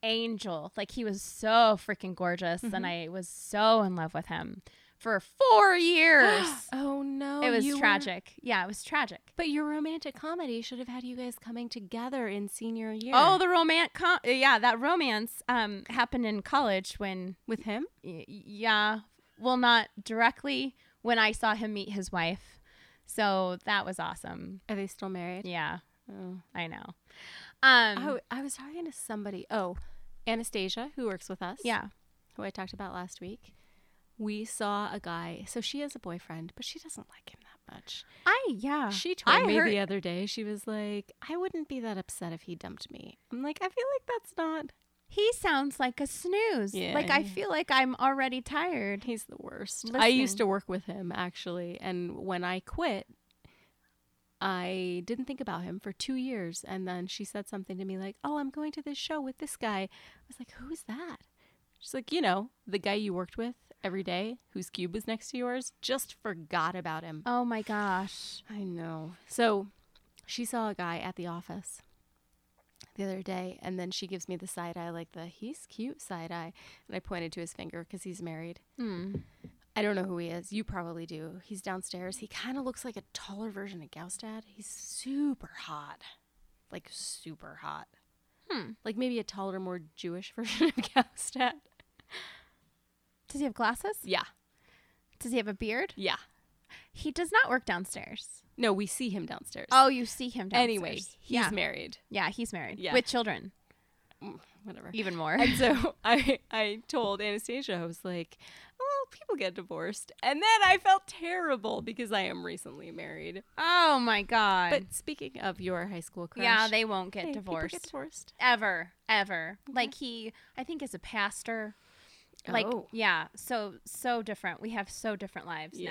Speaker 2: angel. Like he was so freaking gorgeous
Speaker 1: Mm-hmm.
Speaker 2: and I was so in love with him for 4 years.
Speaker 1: oh no,
Speaker 2: it was
Speaker 1: you were-
Speaker 2: tragic. Yeah, it was tragic.
Speaker 1: but your romantic comedy should have had you guys coming together in senior year.
Speaker 2: Oh, the romance. Com- yeah, that romance um, happened in college when,
Speaker 1: with him?
Speaker 2: y- yeah, well, not directly when I saw him meet his wife. So that was awesome.
Speaker 1: Are they still married?
Speaker 2: Yeah,
Speaker 1: Oh.
Speaker 2: I know. Um,
Speaker 1: Oh, I was talking to somebody. Oh, Anastasia, who works with us.
Speaker 2: yeah.
Speaker 1: Who I talked about last week. We saw a guy. So she has a boyfriend, but she doesn't like him that much.
Speaker 2: I, yeah.
Speaker 1: She told
Speaker 2: I
Speaker 1: me
Speaker 2: heard-
Speaker 1: the other day, she was like, I wouldn't be that upset if he dumped me. I'm like, I feel like that's not.
Speaker 2: He sounds like a snooze.
Speaker 1: Yeah,
Speaker 2: like, I
Speaker 1: yeah.
Speaker 2: feel like I'm already tired.
Speaker 1: He's the worst. I
Speaker 2: Listening.
Speaker 1: used to work with him, actually. And when I quit, I didn't think about him for two years. And then she said something to me like, Oh, I'm going to this show with this guy. I was like, Who is that? She's like, You know, the guy you worked with every day, whose cube was next to yours, just forgot about him.
Speaker 2: Oh my gosh.
Speaker 1: I know. So she saw a guy at the office the other day, and then she gives me the side eye, like the he's cute side eye. And I pointed to his finger because he's married. I don't know who he is. You probably do. He's downstairs. He kind of looks like a taller version of Gaustad. He's super hot. Like, super hot.
Speaker 2: Hmm.
Speaker 1: Like, maybe a taller, more Jewish version of Gaustad.
Speaker 2: Does he have glasses?
Speaker 1: Yeah.
Speaker 2: Does he have a beard?
Speaker 1: Yeah.
Speaker 2: He does not work downstairs.
Speaker 1: No, we see him downstairs.
Speaker 2: Oh, you see him downstairs.
Speaker 1: anyway, he's
Speaker 2: yeah.
Speaker 1: married.
Speaker 2: Yeah, he's married
Speaker 1: Yeah.
Speaker 2: with children.
Speaker 1: Whatever.
Speaker 2: Even more.
Speaker 1: And so I, I told Anastasia, I was like, well, people get divorced. And then I felt terrible because I am recently married.
Speaker 2: Oh my god.
Speaker 1: But speaking of your high school crush,
Speaker 2: yeah, they won't get
Speaker 1: hey, people
Speaker 2: divorced
Speaker 1: divorced.
Speaker 2: ever, ever. Like he, I think, is a pastor. Like
Speaker 1: Oh.
Speaker 2: yeah, so so different. We have so different lives
Speaker 1: Yeah.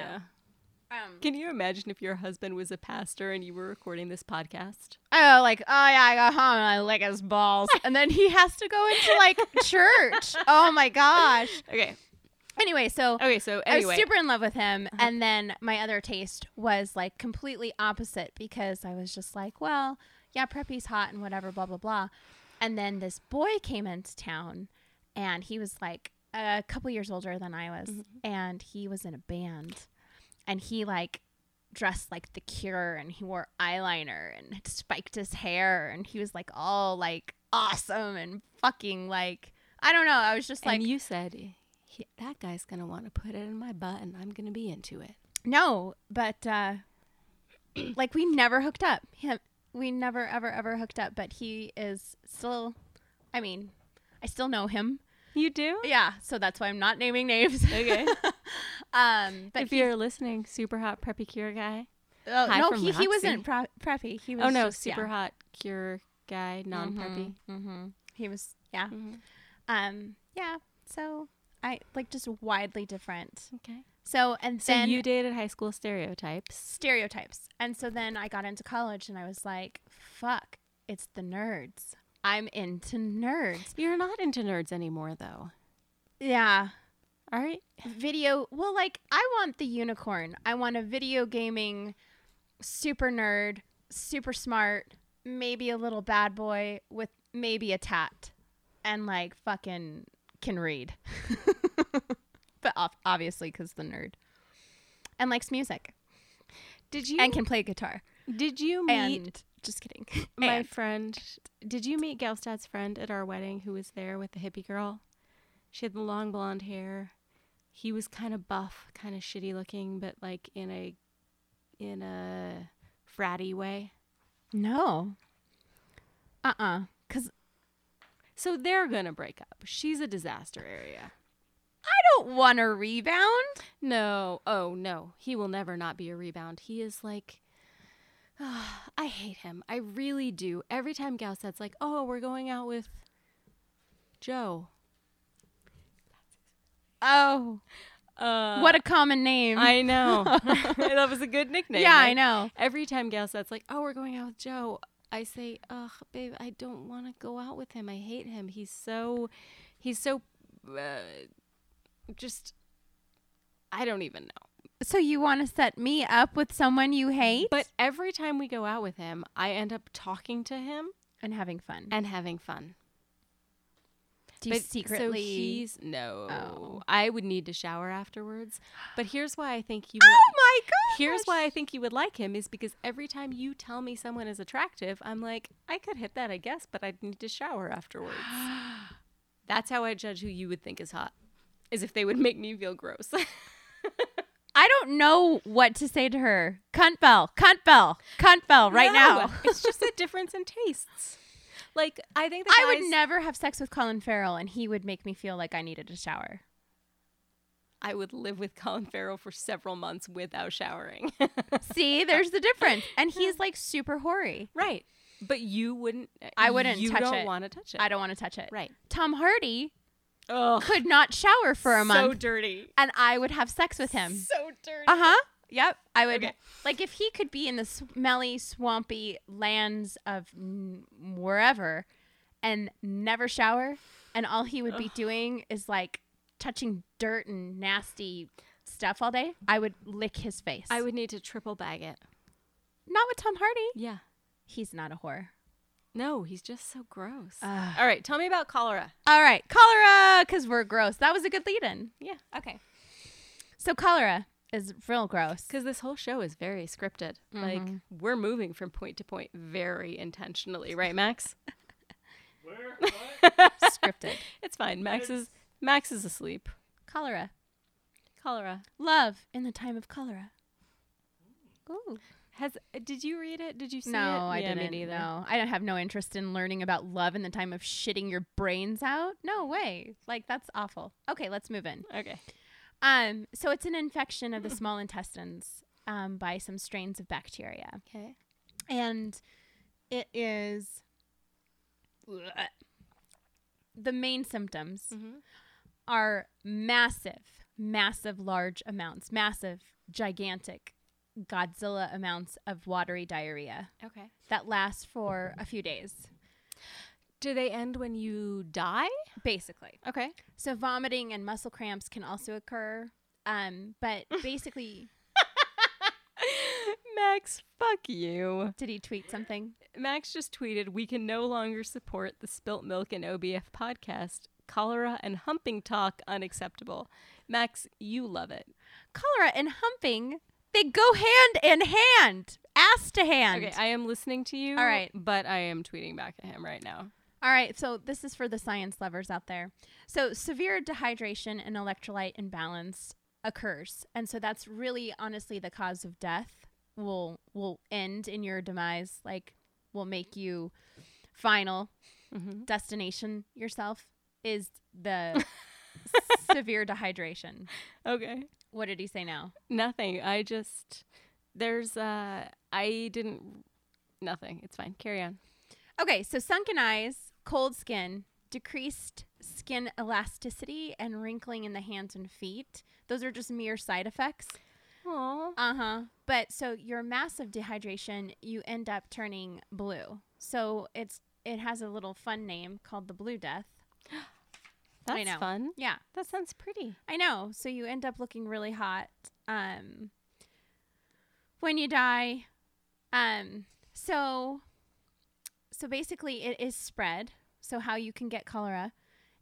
Speaker 2: now. Um,
Speaker 1: Can you imagine if your husband was a pastor and you were recording this podcast?
Speaker 2: oh, like oh yeah, I got home and I lick his balls, and then he has to go into like church. Oh my gosh.
Speaker 1: Okay.
Speaker 2: Anyway, so
Speaker 1: Okay. So
Speaker 2: I
Speaker 1: anyway, Uh-huh.
Speaker 2: was super in love with him. And then my other taste was like completely opposite because I was just like, well, yeah, preppy's hot and whatever, blah, blah, blah. And then this boy came into town and he was like a couple years older than I was.
Speaker 1: Mm-hmm.
Speaker 2: And he was in a band and he like dressed like the cure and he wore eyeliner and spiked his hair and he was like all like awesome and fucking like, I don't know. I was just like,
Speaker 1: and you said "He- that guy's gonna want to put it in my butt, and I'm gonna be into it.
Speaker 2: No, but uh, like we never hooked up. Him, we never ever ever hooked up. But he is still. I mean, I still know him.
Speaker 1: You do?
Speaker 2: Yeah, so that's why I'm not naming names.
Speaker 1: Okay.
Speaker 2: um, but
Speaker 1: if
Speaker 2: he,
Speaker 1: you're listening, super hot preppy cure guy.
Speaker 2: oh,
Speaker 1: hi
Speaker 2: no,
Speaker 1: from
Speaker 2: he, he
Speaker 1: Roxy.
Speaker 2: wasn't pre- preppy. He was
Speaker 1: Oh no,
Speaker 2: just, yeah.
Speaker 1: super hot cure guy, non preppy.
Speaker 2: He was yeah. Mm-hmm. Um, yeah. So I like just widely different.
Speaker 1: Okay.
Speaker 2: So and
Speaker 1: So
Speaker 2: then
Speaker 1: you dated high school stereotypes.
Speaker 2: stereotypes. And so then I got into college and I was like, fuck, it's the nerds. I'm into nerds.
Speaker 1: You're not into nerds anymore, though.
Speaker 2: Yeah.
Speaker 1: All right.
Speaker 2: Video, well, like, I want the unicorn. I want a video gaming super nerd, super smart, maybe a little bad boy with maybe a tat and like fucking can read. but ob- obviously, because the nerd and likes music
Speaker 1: Did you
Speaker 2: and can play guitar.
Speaker 1: did you meet
Speaker 2: And just kidding.
Speaker 1: my
Speaker 2: And-
Speaker 1: friend? Did you meet Galstad's friend at our wedding who was there with the hippie girl? She had the long blonde hair. He was kind of buff, kind of shitty looking, but like in a in a fratty way.
Speaker 2: No. Uh uh Because
Speaker 1: So they're gonna break up. She's a disaster area.
Speaker 2: I don't want a rebound.
Speaker 1: No, oh no, he will never not be a rebound. He is like, I hate him. I really do. Every time Gausset's like, oh, we're going out with Joe.
Speaker 2: Oh.
Speaker 1: Uh,
Speaker 2: what a common name.
Speaker 1: I know. that was a good nickname.
Speaker 2: yeah, I
Speaker 1: right?
Speaker 2: know.
Speaker 1: Every time Gausset's like, oh, we're going out with Joe, I say, "Ugh, babe, I don't want to go out with him. I hate him. He's so, he's so, uh, just, I don't even know."
Speaker 2: So you want to set me up with someone you hate?
Speaker 1: But every time we go out with him, I end up talking to him
Speaker 2: and having fun.
Speaker 1: and having fun.
Speaker 2: Do you
Speaker 1: But- so
Speaker 2: secretly?
Speaker 1: he's no.
Speaker 2: Oh.
Speaker 1: I would need to shower afterwards. But here's why I think you.
Speaker 2: oh my god!
Speaker 1: Here's why I think you would like him is because every time you tell me someone is attractive, I'm like, I could hit that, I guess, but I'd need to shower afterwards. That's how I judge who you would think is hot, is if they would make me feel gross.
Speaker 2: I don't know what to say to her. Cunt bell, cunt bell, cunt bell, right
Speaker 1: No,
Speaker 2: now.
Speaker 1: it's just a difference in tastes. Like I think the
Speaker 2: I would
Speaker 1: guys-
Speaker 2: never have sex with Colin Farrell, and he would make me feel like I needed a shower.
Speaker 1: I would live with Colin Farrell for several months without showering.
Speaker 2: See, there's the difference. And he's like super hoary.
Speaker 1: right. But you wouldn't. uh,
Speaker 2: I wouldn't
Speaker 1: You
Speaker 2: touch
Speaker 1: don't
Speaker 2: it.
Speaker 1: want to touch it.
Speaker 2: I don't want to touch it.
Speaker 1: Right.
Speaker 2: Tom Hardy
Speaker 1: Ugh.
Speaker 2: could not shower for a
Speaker 1: So
Speaker 2: month,
Speaker 1: dirty.
Speaker 2: and I would have sex with him.
Speaker 1: So dirty.
Speaker 2: Uh huh. Yep. I would
Speaker 1: Okay.
Speaker 2: like if he could be in the smelly, swampy lands of n- wherever, and never shower, and all he would be doing is like touching dirt and nasty stuff all day. I would lick his face.
Speaker 1: I would need to triple bag it.
Speaker 2: not with Tom Hardy.
Speaker 1: Yeah.
Speaker 2: He's not a whore.
Speaker 1: No, he's just so gross. All right, tell me about cholera.
Speaker 2: All right, cholera, because we're gross. That was a good lead-in.
Speaker 1: Yeah,
Speaker 2: Okay. So cholera is real gross.
Speaker 1: because this whole show is very scripted. Like we're moving from point to point very intentionally, right, Max?
Speaker 3: Where?
Speaker 2: Scripted.
Speaker 1: it's fine. Max is Max is asleep.
Speaker 2: Cholera.
Speaker 1: Cholera
Speaker 2: Love in the time of cholera. Ooh.
Speaker 1: has. Did you read it? Did you see
Speaker 2: no,
Speaker 1: it?
Speaker 2: I
Speaker 1: Yeah, me
Speaker 2: didn't.
Speaker 1: neither.
Speaker 2: No, I don't have no interest in learning about love in the time of shitting your brains out. No way. Like that's awful. Okay, let's move in.
Speaker 1: Okay.
Speaker 2: Um, so it's an infection of the small intestines um, by some strains of bacteria.
Speaker 1: Okay.
Speaker 2: and it is the main symptoms
Speaker 1: Mhm.
Speaker 2: are massive massive large amounts massive gigantic godzilla amounts of watery diarrhea
Speaker 1: Okay.
Speaker 2: that lasts for a few days
Speaker 1: Do they end when you die?
Speaker 2: basically
Speaker 1: Okay.
Speaker 2: so vomiting and muscle cramps can also occur um, but basically
Speaker 1: Max, fuck you.
Speaker 2: did he tweet something
Speaker 1: Max just tweeted, "We can no longer support the Spilt Milk and OBF podcast. Cholera and humping talk unacceptable." Max, you love it.
Speaker 2: cholera and humping they go hand in hand ass to hand
Speaker 1: Okay, I am listening to you.
Speaker 2: All right.
Speaker 1: but I am tweeting back at him right now.
Speaker 2: All right, so this is for the science lovers out there. So, severe dehydration and electrolyte imbalance occurs. And so that's really honestly the cause of death. Will will end in your demise, like will make you final
Speaker 1: Mhm.
Speaker 2: destination yourself is the severe dehydration.
Speaker 1: Okay,
Speaker 2: What did he say now?
Speaker 1: nothing. I just there's uh I didn't nothing. It's fine. Carry on.
Speaker 2: Okay, so sunken eyes, cold skin, decreased skin elasticity and wrinkling in the hands and feet. Those are just mere side effects.
Speaker 1: Aww.
Speaker 2: Uh huh. But so your massive dehydration, you end up turning blue. So it's it has a little fun name called the blue death.
Speaker 1: That's
Speaker 2: I know.
Speaker 1: fun.
Speaker 2: Yeah,
Speaker 1: That sounds pretty.
Speaker 2: I know. So you end up looking really hot. Um, when you die, um, so so basically it is spread. So how you can get cholera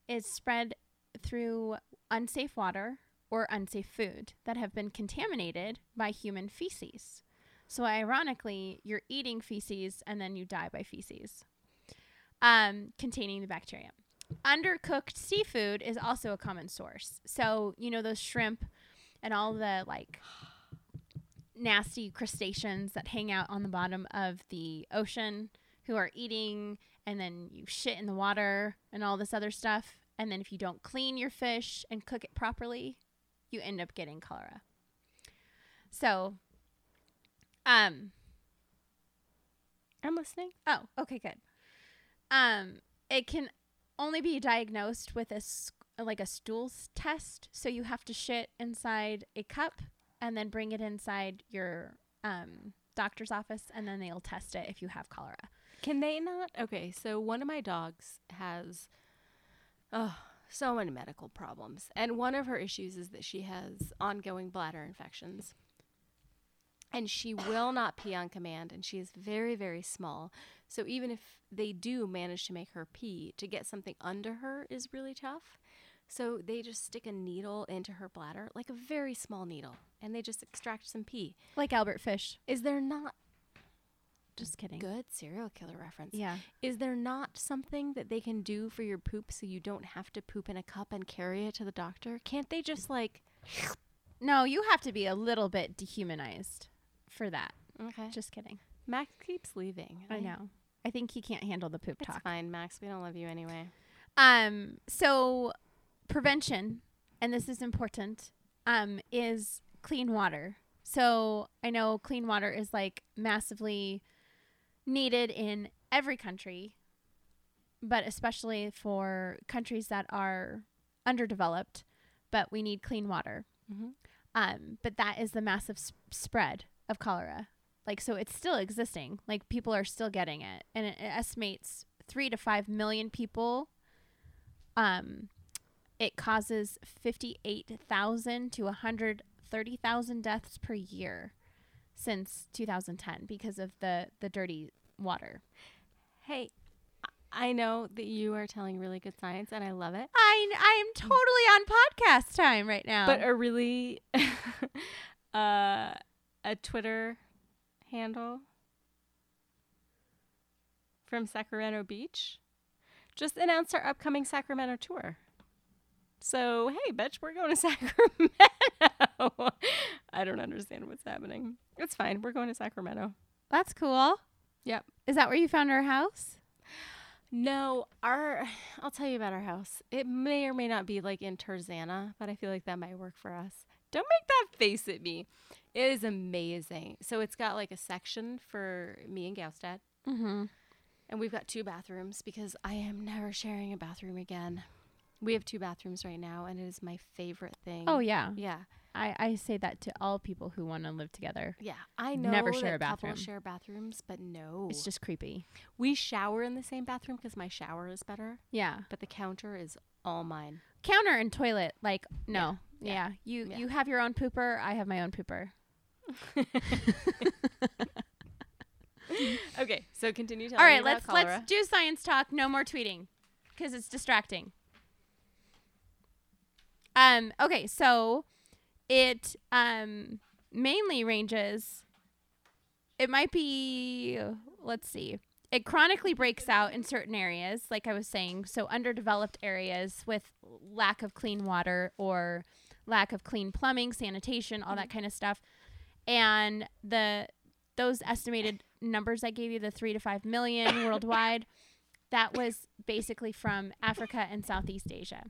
Speaker 2: is spread through unsafe water or unsafe food that have been contaminated by human feces. So ironically, you're eating feces and then you die by feces um, containing the bacteria. Undercooked seafood is also a common source. So, you know, those shrimp and all the like nasty crustaceans that hang out on the bottom of the ocean who are eating and then you shit in the water and all this other stuff. And then if you don't clean your fish and cook it properly, you end up getting cholera. So, um,
Speaker 1: I'm listening.
Speaker 2: Oh, okay, good. Um, it can only be diagnosed with a s- like a stool s- test, so you have to shit inside a cup and then bring it inside your um doctor's office, and then they'll test it if you have cholera.
Speaker 1: Can they not? Okay, so one of my dogs has oh, so many medical problems. And one of her issues is that she has ongoing bladder infections. And she will not pee on command, and she is very, very small. So even if they do manage to make her pee, to get something under her is really tough. So they just stick a needle into her bladder, like a very small needle, and they just extract some pee.
Speaker 2: Like Albert Fish.
Speaker 1: Is there not
Speaker 2: Just kidding.
Speaker 1: good serial killer reference?
Speaker 2: Yeah.
Speaker 1: Is there not something that they can do for your poop so you don't have to poop in a cup and carry it to the doctor? Can't they just like
Speaker 2: No, you have to be a little bit dehumanized for that.
Speaker 1: okay?
Speaker 2: Just kidding.
Speaker 1: Max keeps leaving.
Speaker 2: I know. I think he can't handle the poop
Speaker 1: It's
Speaker 2: talk.
Speaker 1: fine, Max. We don't love you anyway.
Speaker 2: Um, so prevention, and this is important, um, is clean water. So I know clean water is like massively needed in every country, but especially for countries that are underdeveloped, but we need clean water.
Speaker 1: Mhm.
Speaker 2: Um, but that is the massive s- spread of cholera. Like, so it's still existing. Like, people are still getting it. And it, it estimates three to five million people um, it causes 58,000 to 130,000 deaths per year since 2010 because of the, the dirty water.
Speaker 1: Hey, I know that you are telling really good science, and I love it.
Speaker 2: I, I am totally on podcast time right now.
Speaker 1: Mm. But er a really uh, a Twitter handle from Sacramento Beach just announced our upcoming Sacramento tour. So hey, bitch, we're going to Sacramento. I don't understand what's happening. It's fine. We're going to Sacramento.
Speaker 2: That's cool.
Speaker 1: Yep.
Speaker 2: Is that where you found our house?
Speaker 1: No, our I'll tell you about our house. It may or may not be like in Tarzana, but I feel like that might work for us. Don't make that face at me. It is amazing. So it's got like a section for me and Gaustad,
Speaker 2: Mm-hmm.
Speaker 1: and we've got two bathrooms because I am never sharing a bathroom again. We have two bathrooms right now, and it is my favorite thing.
Speaker 2: Oh, yeah.
Speaker 1: yeah,
Speaker 2: I, I say that to all people who want to live together.
Speaker 1: yeah. I know
Speaker 2: Never share
Speaker 1: that
Speaker 2: a
Speaker 1: couples
Speaker 2: bathroom.
Speaker 1: share bathrooms, but no,
Speaker 2: It's just creepy.
Speaker 1: we shower in the same bathroom because my shower is better,
Speaker 2: Yeah.
Speaker 1: but the counter is all mine.
Speaker 2: Counter and toilet, like, no. Yeah.
Speaker 1: Yeah.
Speaker 2: You,
Speaker 1: Yeah.
Speaker 2: you have your own pooper. I have my own pooper.
Speaker 1: Okay, so continue telling
Speaker 2: All
Speaker 1: me
Speaker 2: right,
Speaker 1: about
Speaker 2: let's
Speaker 1: cholera.
Speaker 2: let's do science talk. No more tweeting, because it's distracting. Um. Okay. So, it um mainly ranges. It might be. Let's see. It chronically breaks out in certain areas, like I was saying. So underdeveloped areas with lack of clean water or lack of clean plumbing, sanitation, all
Speaker 1: Mm-hmm.
Speaker 2: that kind of stuff. And the those estimated numbers I gave you, the three to five million worldwide, that was basically from Africa and Southeast Asia.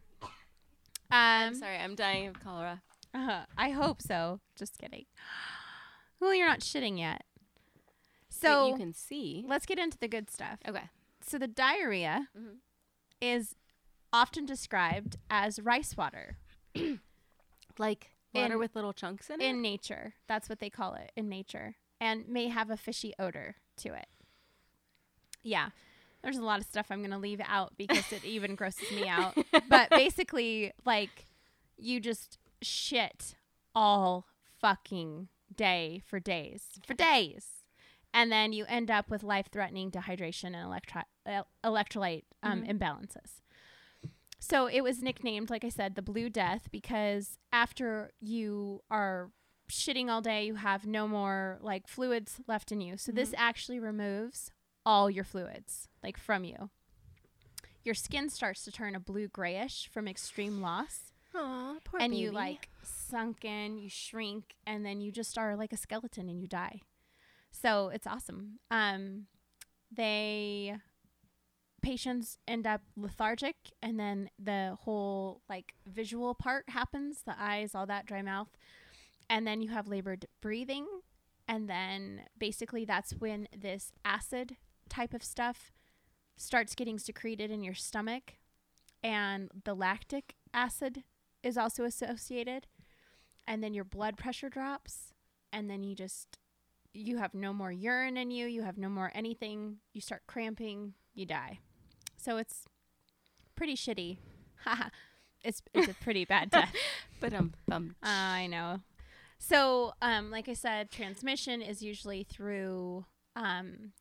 Speaker 2: Um,
Speaker 1: Sorry, I'm dying of cholera.
Speaker 2: uh, I hope so. Just kidding. Well, you're not shitting yet.
Speaker 1: So
Speaker 2: So
Speaker 1: you can see.
Speaker 2: let's get into the good stuff.
Speaker 1: Okay.
Speaker 2: So the diarrhea
Speaker 1: Mhm.
Speaker 2: is often described as rice water
Speaker 1: Like water
Speaker 2: In-
Speaker 1: with little chunks in,
Speaker 2: in nature. That's what they call it in nature, and may have a fishy odor to it. Yeah. There's a lot of stuff I'm going to leave out because it even grosses me out. But basically, like, you just shit all fucking day for days, for days. And then you end up with life threatening dehydration and electro- el- electrolyte um, imbalances. So it was nicknamed, like I said, the Blue Death because after you are shitting all day, you have no more like fluids left in you. So this actually removes all your fluids like from you. Your skin starts to turn a blue grayish from extreme loss
Speaker 1: it. Aw, poor
Speaker 2: and you
Speaker 1: baby.
Speaker 2: like sunk in, you shrink, and then you just are like a skeleton and you die. So it's awesome. Um, they patients end up lethargic, and then the whole like visual part happens, the eyes, all that dry mouth, and then you have labored breathing, and then basically that's when this acid type of stuff starts getting secreted in your stomach and the lactic acid is also associated and then your blood pressure drops and then you just you have no more urine in you, you have no more anything, you start cramping, you die. So it's pretty shitty. Haha. it's it's a pretty bad death.
Speaker 1: But um, um
Speaker 2: I know. So, um, like I said, transmission is usually through um,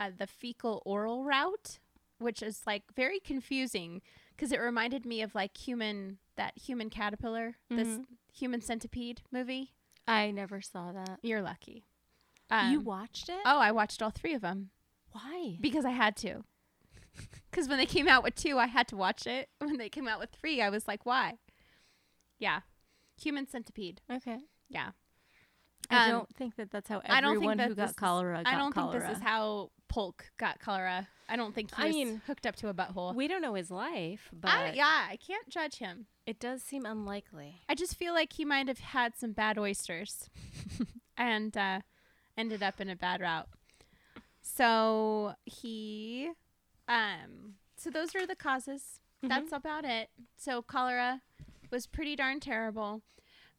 Speaker 2: uh, the fecal oral route, which is like very confusing because it reminded me of like human that human caterpillar, this
Speaker 1: Mm-hmm.
Speaker 2: human centipede movie.
Speaker 1: I never saw that.
Speaker 2: You're lucky.
Speaker 1: you
Speaker 2: Um,
Speaker 1: watched it?
Speaker 2: oh, I watched all three of them
Speaker 1: Why?
Speaker 2: because I had to. Because when they came out with two, I had to watch it. When they came out with three, I was like, why? Yeah, human centipede.
Speaker 1: Okay.
Speaker 2: Yeah.
Speaker 1: I
Speaker 2: Um,
Speaker 1: don't think that that's how everyone
Speaker 2: I don't think that
Speaker 1: who
Speaker 2: this
Speaker 1: got
Speaker 2: is-
Speaker 1: cholera got
Speaker 2: I don't
Speaker 1: cholera.
Speaker 2: think this is how Polk got cholera. I don't think he
Speaker 1: I
Speaker 2: was
Speaker 1: mean,
Speaker 2: hooked up to a butthole.
Speaker 1: we don't know his life, but
Speaker 2: I, yeah, I can't judge him.
Speaker 1: it does seem unlikely.
Speaker 2: I just feel like he might have had some bad oysters and uh, ended up in a bad route. So he, um, so those are the causes. That's about it. So cholera was pretty darn terrible.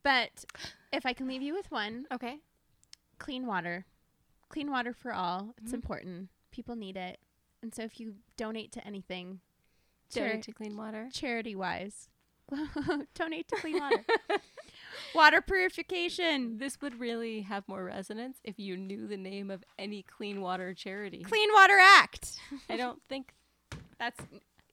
Speaker 2: But if I can leave you with one,
Speaker 1: Okay.
Speaker 2: clean water. Clean water for all. It's important. People need it. And so if you donate to anything,
Speaker 1: Donate
Speaker 2: chari-
Speaker 1: to clean water.
Speaker 2: charity wise, donate to clean water. water purification.
Speaker 1: This would really have more resonance if you knew the name of any clean water charity.
Speaker 2: Clean Water Act.
Speaker 1: I don't think.
Speaker 2: That's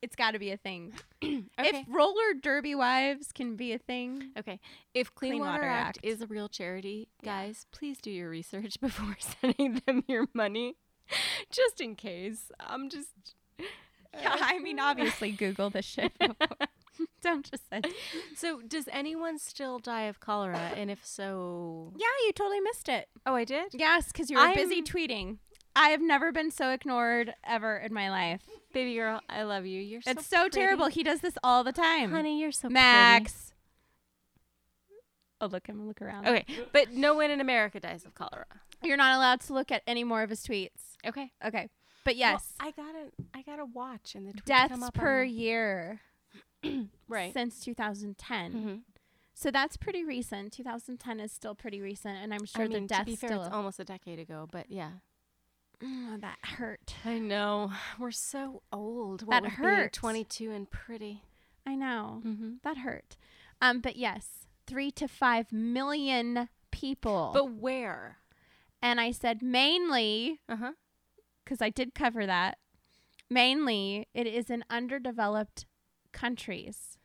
Speaker 2: it's got to be a thing.
Speaker 1: Okay.
Speaker 2: If roller derby wives can be a thing,
Speaker 1: Okay. If Clean,
Speaker 2: Clean
Speaker 1: Water,
Speaker 2: Water
Speaker 1: Act,
Speaker 2: Act.
Speaker 1: is a real charity, guys, please do your research before sending them your money, just in case. I'm just.
Speaker 2: yeah, I mean obviously Google this shit. Don't just send.
Speaker 1: So, does anyone still die of cholera? And if so,
Speaker 2: Yeah, you totally missed it.
Speaker 1: oh, I did.
Speaker 2: Yes, because you were busy
Speaker 1: I'm-
Speaker 2: tweeting. I have never been so ignored ever in my life.
Speaker 1: Baby girl, I love you. You're so
Speaker 2: It's so,
Speaker 1: pretty.
Speaker 2: terrible. He does this all the time.
Speaker 1: honey. You're so pretty.
Speaker 2: Max. Oh, look, I'm gonna look around.
Speaker 1: Okay, but no one in America dies of cholera.
Speaker 2: You're not allowed to look at any more of his tweets.
Speaker 1: Okay.
Speaker 2: Okay. But yes,
Speaker 1: I gotta, I gotta watch and the tweets come
Speaker 2: deaths
Speaker 1: up
Speaker 2: per
Speaker 1: on,
Speaker 2: year
Speaker 1: right.
Speaker 2: since 2010.
Speaker 1: Mhm.
Speaker 2: So that's pretty recent. 2010 is still pretty recent, and I'm sure
Speaker 1: I mean,
Speaker 2: the
Speaker 1: to
Speaker 2: deaths
Speaker 1: be fair,
Speaker 2: still.
Speaker 1: it's almost a decade ago, but yeah.
Speaker 2: Mm, that hurt.
Speaker 1: I know. We're so old.
Speaker 2: That
Speaker 1: with being
Speaker 2: hurts.
Speaker 1: 22 and pretty.
Speaker 2: I know
Speaker 1: Mhm.
Speaker 2: that hurt. Um, but yes, three to five million people.
Speaker 1: But where?
Speaker 2: and I said mainly
Speaker 1: Uh huh.
Speaker 2: because I did cover that. Mainly, it is in underdeveloped countries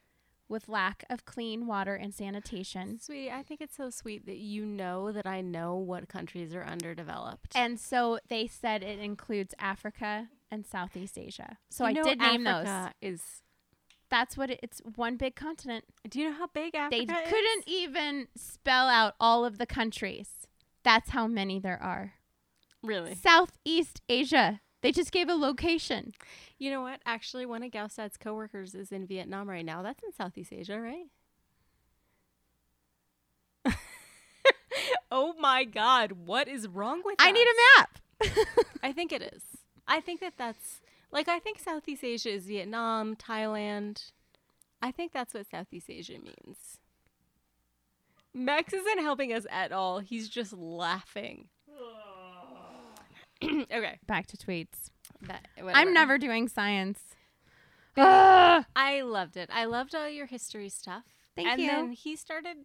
Speaker 2: with lack of clean water and sanitation.
Speaker 1: Sweetie, I think it's so sweet that you know that I know what countries are underdeveloped.
Speaker 2: And so they said it includes Africa and Southeast Asia. So
Speaker 1: You
Speaker 2: I
Speaker 1: know
Speaker 2: did name those.
Speaker 1: Africa Is
Speaker 2: That's what it, it's one big continent.
Speaker 1: do you know how big Africa
Speaker 2: They
Speaker 1: is?
Speaker 2: couldn't even spell out all of the countries. That's how many there are.
Speaker 1: really.
Speaker 2: Southeast Asia. They just gave a location.
Speaker 1: You know what? Actually, one of Gaustad's coworkers is in Vietnam right now. That's in Southeast Asia, right? oh my God! What is wrong with?
Speaker 2: I need
Speaker 1: us?
Speaker 2: a map.
Speaker 1: I think it is. I think that that's like I think Southeast Asia is Vietnam, Thailand. I think that's what Southeast Asia means. Max isn't helping us at all. He's just laughing. okay,
Speaker 2: Back to tweets.
Speaker 1: that,
Speaker 2: I'm
Speaker 1: whatever.
Speaker 2: never doing science. Ugh.
Speaker 1: I loved it. I loved all your history stuff.
Speaker 2: Thank
Speaker 1: and
Speaker 2: you.
Speaker 1: And then he started.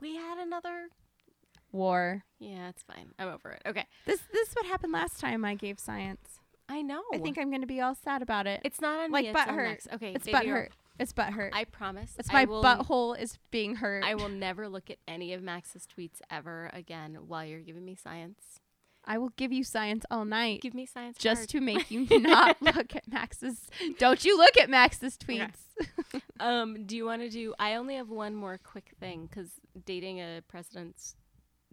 Speaker 1: We had another.
Speaker 2: War.
Speaker 1: Yeah, it's fine. I'm over it. Okay,
Speaker 2: This this is what happened last time I gave science.
Speaker 1: I know.
Speaker 2: I think I'm gonna be all sad about it.
Speaker 1: Oh. it's not on
Speaker 2: like
Speaker 1: me. it's
Speaker 2: butt
Speaker 1: on
Speaker 2: hurt.
Speaker 1: Max. Okay,
Speaker 2: it's
Speaker 1: baby
Speaker 2: butt
Speaker 1: girl,
Speaker 2: hurt. It's butt hurt.
Speaker 1: I promise.
Speaker 2: It's
Speaker 1: I
Speaker 2: my
Speaker 1: will-
Speaker 2: butthole is being hurt.
Speaker 1: I will never look at any of Max's tweets ever again while you're giving me science.
Speaker 2: I will give you science all night
Speaker 1: Give me science
Speaker 2: just to make you not look at Max's. Don't you look at Max's tweets?
Speaker 1: to. Um, do you want to do? I only have one more quick thing because dating a president's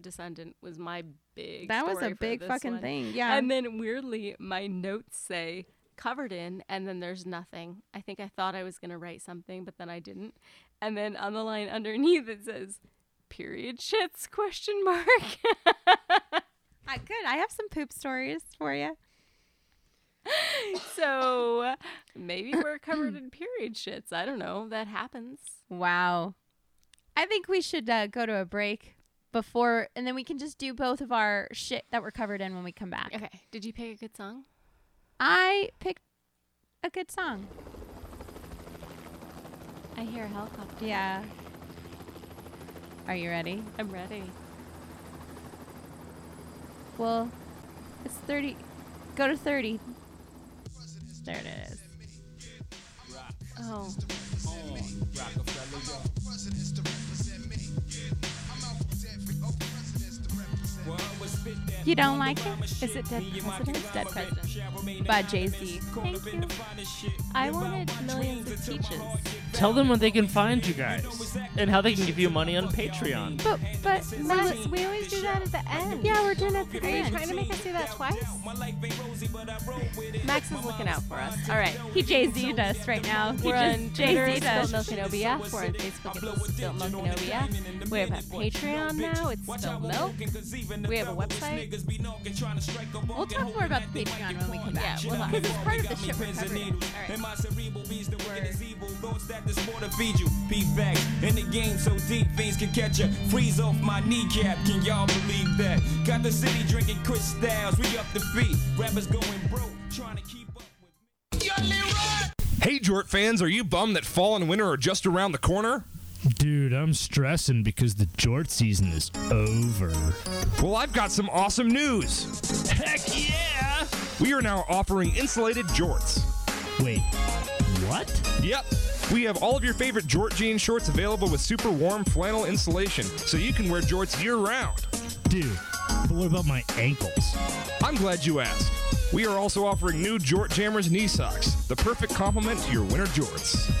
Speaker 1: descendant was my big.
Speaker 2: that was
Speaker 1: story
Speaker 2: a
Speaker 1: for
Speaker 2: big
Speaker 1: this
Speaker 2: fucking
Speaker 1: one.
Speaker 2: thing. Yeah.
Speaker 1: And then weirdly, my notes say covered in, and then there's nothing. I think I thought I was going to write something, but then I didn't. And then on the line underneath, it says period shits question mark.
Speaker 2: I could. I have some poop stories for you.
Speaker 1: so maybe we're covered in period shits. I don't know. That happens.
Speaker 2: Wow. I think we should uh, go to a break. before, and then we can just do both of our shit that we're covered in when we come back.
Speaker 1: Okay. Did you pick a good song?
Speaker 2: I picked a good song.
Speaker 1: I hear a helicopter.
Speaker 2: Yeah. Are you ready?
Speaker 1: I'm ready.
Speaker 2: Well, it's 30. Go to 30. There it is.
Speaker 1: Oh.
Speaker 2: You don't like it? Is it Dead Presidents? Dead Presidents. By Jay Z.
Speaker 1: Thank you. I wanted millions of peaches.
Speaker 3: Tell them where they can find you guys and how they can give you money on Patreon.
Speaker 2: But, but,
Speaker 1: But we always do that at the end.
Speaker 2: yeah, we're doing it at the
Speaker 1: Are you
Speaker 2: end.
Speaker 1: trying to make us do that twice? Max is looking out for us. All right.
Speaker 2: He Jay Z'd us right now. He
Speaker 1: We're on
Speaker 2: just
Speaker 1: Twitter,
Speaker 2: Jay
Speaker 1: it's
Speaker 2: Z'd
Speaker 1: spelled
Speaker 2: us.
Speaker 1: Milk and OBF. We're on Facebook, it's spelled Milk and OBF. We have a Patreon now, it's spelled Milk. We have a website.
Speaker 2: We'll talk more about the Patreon when we come
Speaker 1: Yeah,
Speaker 2: back.
Speaker 1: we'll
Speaker 2: Because it's part of the shit we're covering.
Speaker 5: And my cerebral beats the wicked is evil. Thoughts that this water feed you. Be facts. In the game so deep, things can catch ya. Freeze off my kneecap. Can y'all believe that? Got the city drinking crystals. We up the feet. Rappers going broke. Trying to keep up with
Speaker 6: Hey, Jort fans, are you bummed that fall and winter are just around the corner?
Speaker 3: Dude, I'm stressing because the Jort season is over.
Speaker 6: Well, I've got some awesome news. Heck yeah! We are now offering insulated jorts.
Speaker 3: Wait, what?
Speaker 6: Yep. We have all of your favorite Jort jean shorts available with super warm flannel insulation, so you can wear jorts year round.
Speaker 3: Dude, but what about my ankles?
Speaker 6: I'm glad you asked. We are also offering new Jort Jammers knee socks, the perfect complement to your winter jorts.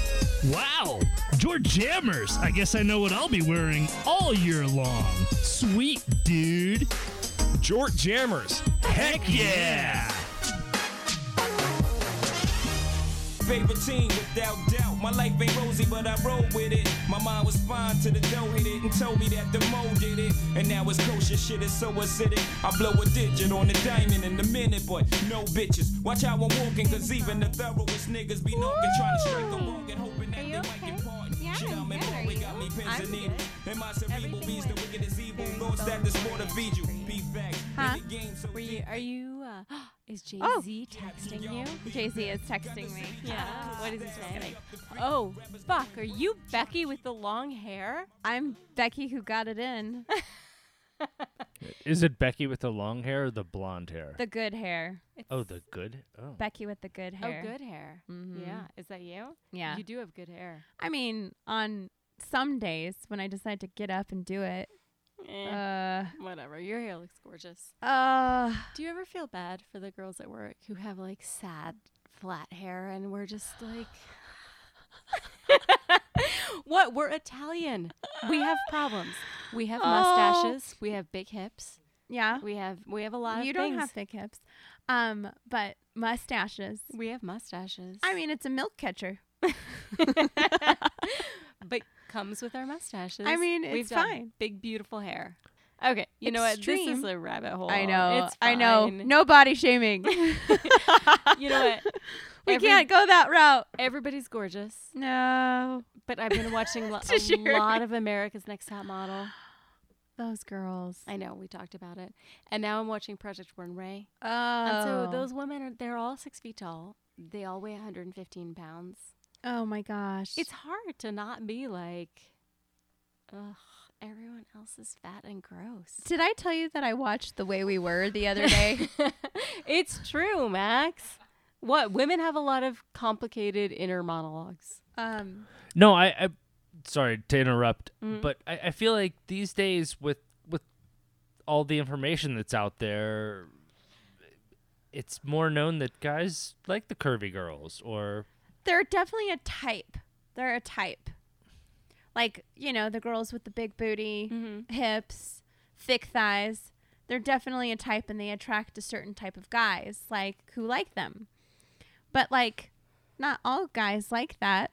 Speaker 3: Wow, Jort Jammers! I guess I know what I'll be wearing all year long. Sweet, dude.
Speaker 6: Jort Jammers.
Speaker 3: Heck yeah!
Speaker 5: Favorite team, without doubt. My life ain't rosy, but I roll with it. My mind was fine to the dough hit it and told me that the mold did it. And now it's kosher shit is so acidic. I blow a digit on the diamond in a minute, but no bitches. Watch how I'm walking, cause even the thoroughest niggas be knocking, trying to strike a wrong and hoping that
Speaker 2: Are you
Speaker 5: they might
Speaker 2: okay?
Speaker 5: get pardoned.
Speaker 2: Yeah,
Speaker 5: shit,
Speaker 2: I'm
Speaker 5: I'm in
Speaker 2: good,
Speaker 5: awe,
Speaker 2: are
Speaker 5: it got
Speaker 2: you?
Speaker 5: me
Speaker 2: I'm
Speaker 5: pins and
Speaker 2: good.
Speaker 5: needs. And my cerebral
Speaker 2: Everything
Speaker 5: beats the
Speaker 2: went
Speaker 5: wicked is evil.
Speaker 1: very
Speaker 5: Thoughts that this
Speaker 1: well
Speaker 5: water
Speaker 1: for
Speaker 5: feed you.
Speaker 1: you.
Speaker 5: Be facts.
Speaker 2: Huh?
Speaker 5: In the game so
Speaker 1: Were you,
Speaker 5: deep.
Speaker 1: are you, uh, is Jay Z
Speaker 2: Oh.
Speaker 1: texting you?
Speaker 2: Jay Z is texting me.
Speaker 1: Yeah. What is he saying? Oh, fuck, are you Becky with the long hair?
Speaker 2: I'm Becky who got it in.
Speaker 3: Is it Becky with the long hair or the blonde hair?
Speaker 2: The good hair.
Speaker 3: oh, the good. Oh,
Speaker 2: Becky with the good hair.
Speaker 1: Oh, good hair. Yeah. Is that you?
Speaker 2: Yeah.
Speaker 1: You do have good hair.
Speaker 2: I mean, on some days when I decide to get up and do it, uh,
Speaker 1: Eh, Whatever. Your hair looks gorgeous.
Speaker 2: uh,
Speaker 1: Do you ever feel bad for the girls at work who have like sad flat hair and we're just like What? We're Italian. We have problems. We have mustaches, we have big hips,
Speaker 2: yeah.
Speaker 1: we have we have a lot
Speaker 2: You
Speaker 1: of
Speaker 2: don't
Speaker 1: things.
Speaker 2: have thick hips, um, but mustaches.
Speaker 1: we have mustaches.
Speaker 2: I mean, it's a milk catcher.
Speaker 1: but comes with our mustaches.
Speaker 2: I mean,
Speaker 1: We've
Speaker 2: it's
Speaker 1: got
Speaker 2: fine.
Speaker 1: Big beautiful hair. Okay, you know what? This is
Speaker 2: Extreme.
Speaker 1: a rabbit hole.
Speaker 2: I know.
Speaker 1: It's
Speaker 2: I know.
Speaker 1: fine.
Speaker 2: No body shaming. we
Speaker 1: You know what? Every-
Speaker 2: can't go that route.
Speaker 1: Everybody's gorgeous.
Speaker 2: No.
Speaker 1: But I've been watching lo-
Speaker 2: To
Speaker 1: a
Speaker 2: Sherry.
Speaker 1: lot of America's Next Top Model.
Speaker 2: Those girls.
Speaker 1: I know we talked about it, and now I'm watching Project Runway.
Speaker 2: Oh.
Speaker 1: And so those women are—they're all six feet tall. They all weigh 115 pounds.
Speaker 2: Oh my gosh.
Speaker 1: It's hard to not be like, ugh, everyone else is fat and gross.
Speaker 2: Did I tell you that I watched The Way We Were the other day?
Speaker 1: it's true, Max. What women have a lot of complicated inner monologues.
Speaker 2: um,
Speaker 3: No, I, I sorry to interrupt, but I, I feel like these days with with all the information that's out there, it's more known that guys like the curvy girls or
Speaker 2: they're definitely a type. They're a type. Like, you know, the girls with the big booty,
Speaker 1: Mm-hmm.
Speaker 2: hips, thick thighs. They're definitely a type and they attract a certain type of guys, like who like them. But like not all guys like that.